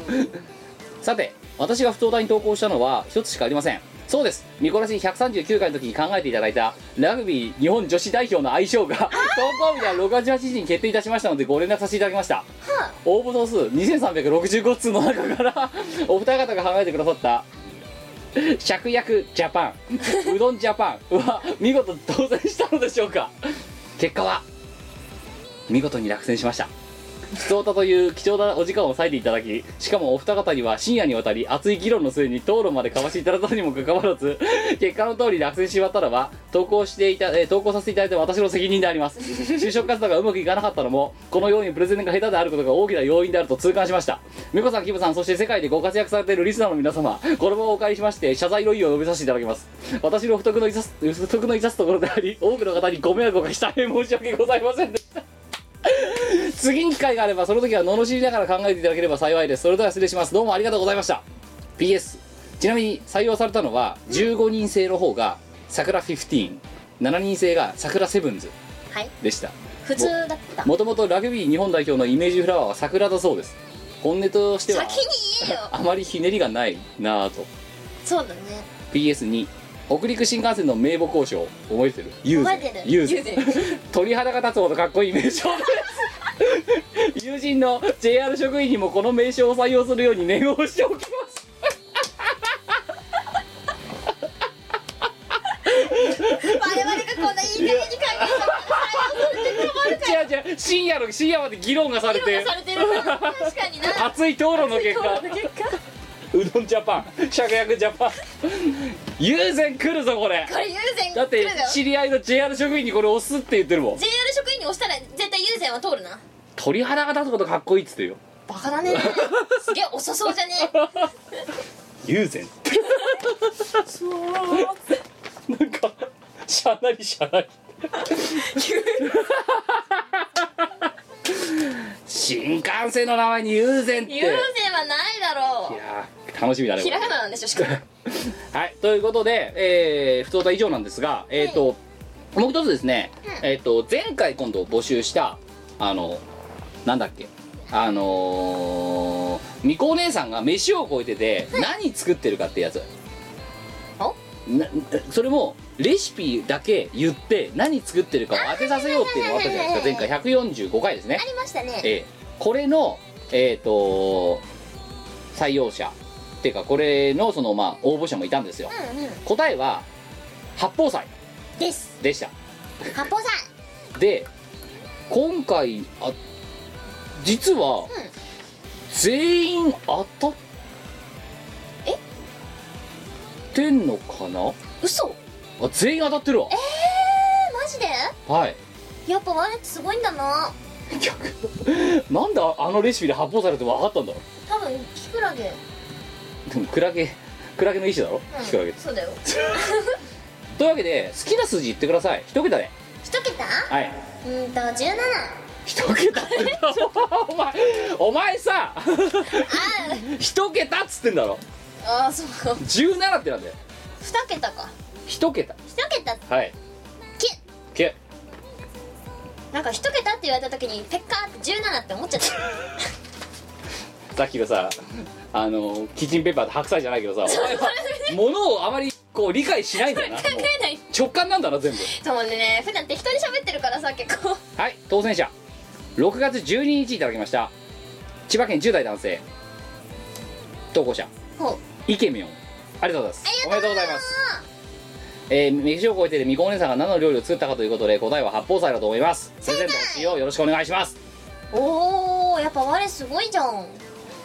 さて私が不登壇に投稿したのは一つしかありませんそうです見殺し139回の時に考えていただいたラグビー日本女子代表の愛称が投稿日では6月18日に決定いたしましたのでご連絡させていただきました応募総数2365通の中から お二方が考えてくださった芍薬ジャパンうどんジャパンは見事当選したのでしょうか結果は見事に落選しました貴重だという貴重なお時間を割いていただきしかもお二方には深夜にわたり熱い議論の末に討論まで交わしていただいたにもかかわらず結果の通り落選してしまったのは投稿していた、えー投稿させていただいた私の責任であります就職活動がうまくいかなかったのもこのようにプレゼンが下手であることが大きな要因であると痛感しました美子さんキムさんそして世界でご活躍されているリスナーの皆様この場をお借りしまして謝罪の意を述べさせていただきます私の不徳のいさす不徳のいさすところであり多くの方にご迷惑をおかけした申し訳ございませんでした次に機会があればその時は罵りながら考えていただければ幸いですそれでは失礼しますどうもありがとうございました PS ちなみに採用されたのは15人制の方が桜157人制が桜セブンズ
はい
でした
普通だった
もともとラグビー日本代表のイメージフラワーは桜だそうです本音としては
先に言えよ
あまりひねりがないなぁと
そうだね
PS2 北陸新幹線の名簿交渉覚えてるユ
覚
ー
えて
ゼ
る
ユー
ユー
ゼ 鳥肌が立つほどかっこいい名称です 友人の JR 職員にもこの名称を採用するように念を押しておきます
我々がこんないい加減に考えたから
違う違う深夜の深夜まで議論がされて
議論がされてるから確かにな
熱い討論の結果
討論の結
うどんジャパンしゃくやくジャパン友禅来るぞこれ
これ優先
だって知り合いの JR 職員にこれ押すって言ってるもん
JR 職員に押したら絶対優先は通るな
鳥肌が立つことかっこいいっつってるよ
バカだねすげえ遅そうじゃねえ
友禅なんかしゃなりしゃなり新幹線の名前に友禅 ってい
優先はないだろ
やー楽しみだね
う
こ
ひ
れ
らがななんでしょしか も
はいということで、えー、不登壇以上なんですがえっ、と、もう一つですね、えっ、と前回今度募集したあのなんだっけあのー、みこお姉さんが飯を超えてて何作ってるかってやつなそれもレシピだけ言って何作ってるかを当てさせようっていうのがあったじゃないですか前回145回ですね
ありましたね
ええこれのえっ、と採用者っていうかこれのそのまあ応募者もいたんですよ、
うんうん
答えは八宝菜
です
でした
八宝さ
で今回あ実は、全員当たってんのかな
嘘
あ全員当たってるわ
ええー、マジで
はい
やっぱ我ってすごいんだな
なんであのレシピで発泡されて分かったんだろ
多分キクラゲ
うでもクラゲクラゲの一種だろ、
うん
キクラゲって
そうだよ
というわけで好きな数字言ってください一桁で
一桁
はいう
ーんと17
一桁って言った お前お前さ一桁っつってんだろ
ああそうか
17ってなんだよ
二桁か
一桁
一桁
はい
き
け
なんか一桁って言われた時にペッカーって17って思っちゃった
さ っきのさあのキッチンペーパーと白菜じゃないけどさお前は物をあまりこう理解しないんだよな
考
もう
えない
直感なんだな全部
そうね普段適当に喋ってるからさ結構
はい当選者6月12日いただきました千葉県10代男性投稿者
ほう
イケミョンありがとうございますおめでとうございます
あ
えー、飯を超えてでみこお姉さんが何の料理を作ったかということで答えは八宝菜だと思いますプレゼントの使用よろしくお願いします
ーおーやっぱ我すごいじゃん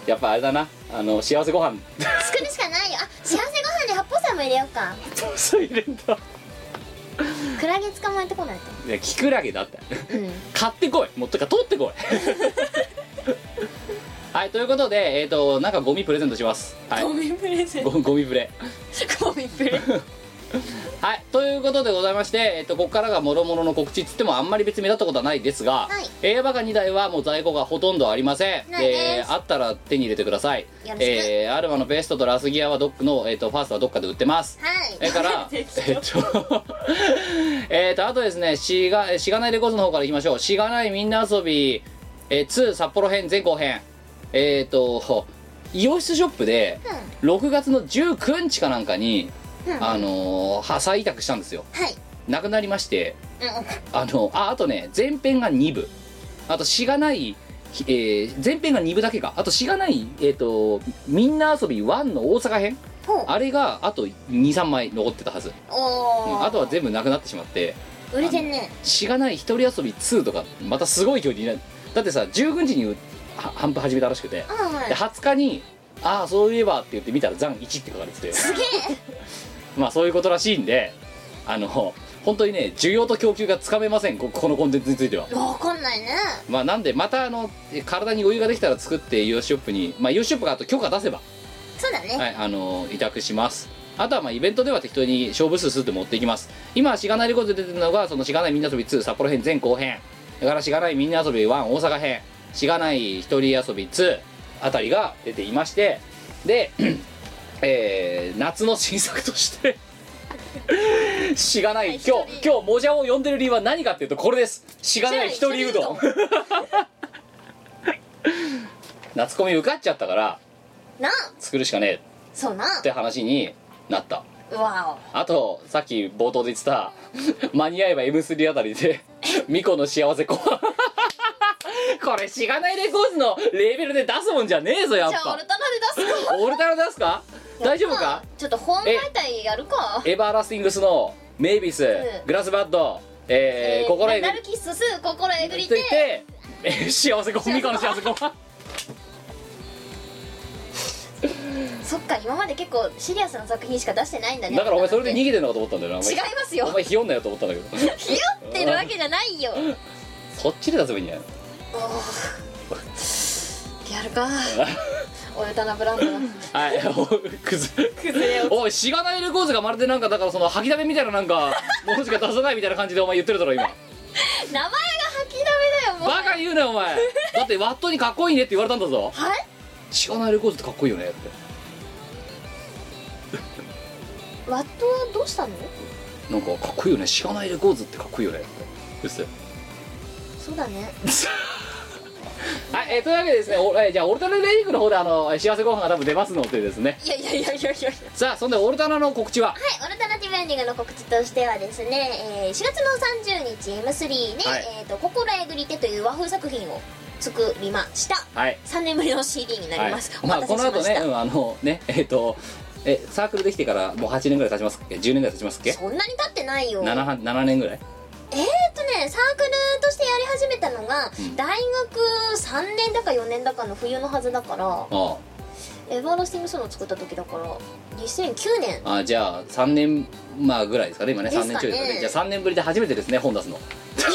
やっぱあれだなあの幸せご飯
作るしかないよあ幸せご飯で八宝菜も入れようか
そう入れんだ
クラゲ捕まえてこない
いやキクラゲだって
とうん
買ってこいもうとか取ってこい はいということでえっ、となんかゴミプレゼントします、はい、
ゴミプレゼン
ゴゴミプレ
ゴミプレ
はいということでございまして、えっとここからが諸々の告知っつってもあんまり別に目立ったことはないですが、
はい
エアバカ2台はもう在庫がほとんどありません
ないです
あったら手に入れてください
よろしく
えーアルマのベストとラスギアはどっかの、えっとファーストはどっかで売ってます
はい
それからえ
適当
っと えっとあとですねしがえしがないレコーズの方からいきましょうしがないみんな遊び、えー、2札幌編前後編えっ、とイオシスショップで6月の19日かなんかに、
うん
あのー、は再委託したんですよ
はい
なくなりまして
う
あのああとね前編が2部あとしがない、えー前編が2部だけかあとしがないえっ、とみんな遊び1の大阪編
ほう
あれがあと23枚残ってたはず、
んお
あ
ー
とは全部なくなってしまって
売れてんね
しがない一人遊び2とかまたすごい距離になるだってさ19時にうは販売始めたらしくて、
うんうん
で20日に「ああそういえば」って言って見たら「残1」って書かれて て
すげえ
まあそういうことらしいんであの本当にね需要と供給がつかめませんここのコンテンツについては
わかんないね
まあなんでまたあのえ体に余裕ができたら作ってイオシショップにまあイオシショップがあと許可出せば
そうだね、
はいあの委託しますあとはまあイベントでは適当に勝負数すって持っていきます今しがないレコードで出てるのがそのしがないみんな遊び2札幌編前後編だからしがないみんな遊び1大阪編しがない一人遊び2あたりが出ていましてでえー、夏の新作としてしがない今日今日もじゃを呼んでる理由は何かっていうとこれですしがない一人うどん 夏コミ受かっちゃったから
な
作るしかね
そうな
えって話になった
わ
あとさっき冒頭で言ってた 間に合えば M3 あたりで ミコの幸せこ これしがないレコーズのレーベルで出すもんじゃねえぞ
おじゃ
や
あ
っぱ
オルタナで出すか
オルタナ出すか大丈夫か
ちょっと本媒体やるか
エバーラスティングスのメイビス
うん
グラスバッドえー、心
心
得
え
ぐ
なるキッスす心えぐり
つ
て
いてえー幸せこミコの幸せこ
そっか今まで結構シリアスな作品しか出してないんだね
だからお前それで逃げてんのかと思ったんだよなお前
違いますよ
お前ひよんなよと思ったんだけ ど
ひよってるわけじゃないよ
そっちで出せばいいんじゃないの
おーやる かオルタナブ ランドだ
はい、 お崩れ
崩れ
おいしがないレコーズがまるでなんかだからその吐きだめみたいななんかものしか出さないみたいな感じでお前言ってるだろ今
名前が吐きだめだよもう
バカ言うなよお前だってワットにかっこいいねって言われたんだぞ
はい
しがないレコーズってかっこいいよねって
ワットはどうしたの
なんかかっこいいよねしがないレコーズってかっこいいよねってうっせ
そうだね
はい、えーというわけでですねお、えーじゃあオルタナレイクの方であのえー幸せご飯が多分出ますのでですね
いやいやいやいやいや
さあそんでオルタナの告知は
はい、オルタナティブエンディングの告知としてはですね、えー4月の30日 M3 で、
はい
えー、と心えぐり手という和風作品を作りました
はい
3年ぶりの CD になります、
はい、まあ
お
この
待た
後
せしま
ね
した、
うんあのねえっ、とえサークルできてからもう8年ぐらい経ちますっけ10年ぐらい経ちますっけ
そんなに経ってないよ
7, は7年ぐらい
えーとねサークルとしてやり始めたのが、大学3年だか4年だかの冬のはずだから
あ
エヴァーラスティングソロを作った時だから2009年
ああじゃあ3年まあぐらいですかね今ね
です
3年
かね
ちょいですかねじゃあ3年ぶりで初めてですね本出すの
い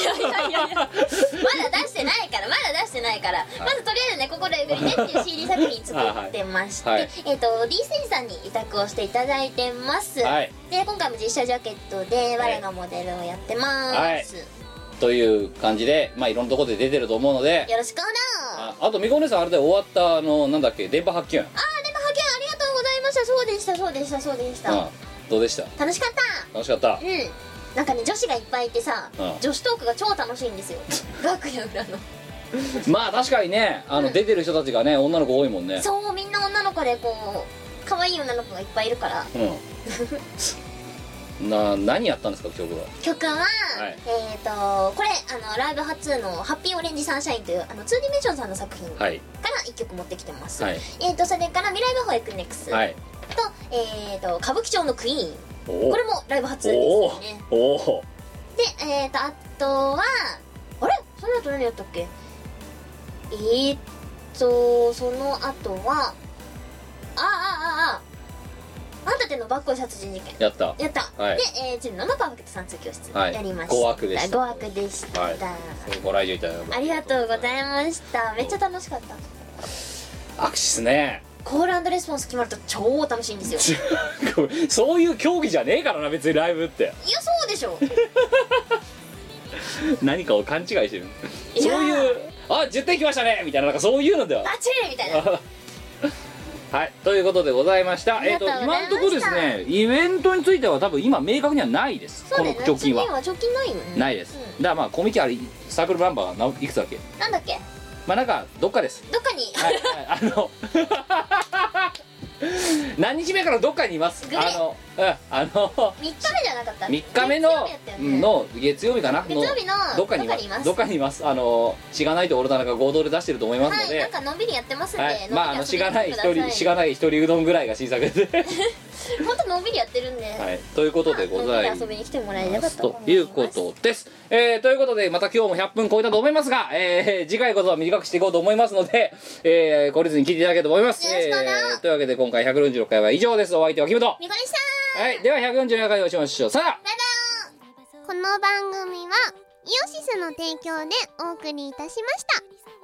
やいやいや いやまだ出してないからまだ出してないから、まずとりあえずねここレベルねっていう CD 作品作ってまして、
はいはい
えっ、と D センさんに委託をしていただいてます、
はい
で今回も実写ジャケットで我がモデルをやってます、
という感じでまあいろんなところで出てると思うので
よろしくおな
ああとみこお姉さんあれで終わったあのなんだっけ電波発見
あーでも派遣ありがとうございましたそうでしたそうでしたそうでした、
どうでした
楽しかっ
楽しかった
たうんなんかね女子がいっぱいいてさ、
うん
女子トークが超楽しい んですよ楽屋裏の
まあ確かにねあの出てる人たちがね女の子多いもんね
そうみんな女の子でこう可愛い女の子がいっぱいいるから
うんな何やったんですか曲は
曲は、
はい
えっ、とこれあのライブ初の「ハッピーオレンジサンシャイン」というあの 2D メーションさんの作品から
はい
1曲持ってきてます、
はい
えっ、とそれから「未来の保育ネックス」
はい
と,、えー、と歌舞伎町のクイーン
お
これもライブ初ですよね
おお
でえっ、とあとはあれその後何やったっけえー、っとその後はあああああああんたてのバッコ殺人事件
やった
やった、
はい
で、えー、チルノのパーフェクト算数教室
はい
やりました、
ご悪でした
ご悪でした
はいご来場いただきま
ありがとうございましためっちゃ楽しかった
握手ですね
コールレスポンス決まると超楽しいん ですよ
そういう競技じゃねえからな別にライブって
いやそうでしょ
何かを勘違いしてる
いや
そういうあ10点きましたねみたいななんかそういうのでは
バッチリみた いな
はいということでございました
ありがとうございました
えっと今のところですねイベントについては多分今明確にはないです
そうだよね
この貯金は
貯金ないよね
ないです、だからまあコミケありサークルナンバーがないくつだっけ
なんだっけ
まあなんかどっかです
どっかに
はいはいあの 何日目からどっかにいます
グレ
あのうんあの
3日目じゃなかった
3日目の
月曜日やったよね
の月曜日かな
月曜日の
どっかにい
ど
ま
っかにいます
すどっかにいますあのしがないとオルタナが合同で出してると思いますの
はい
で、
なんかのんびりやってますんで、
はいまああ
の
の
ん
し
びり
が
やっ
な
て
い
くだ
一
さい
人しがない一人うどんぐらいが新作 で、
本当のんびりやってるんで、
はい、ということでござい
のんびり遊びに来てもらえればよかった
ということです。えーということで、また今日も100分超えたと思いますが、えー次回こそは短くしていこうと思いますので、えー、懲りずに聞いていただければと思います。えーというわけで今回146回は以上です。お相手はキムと。
みこでした
はい、では147回お会いしましょう。さあ
この番組はイオシスの提供でお送りいたしました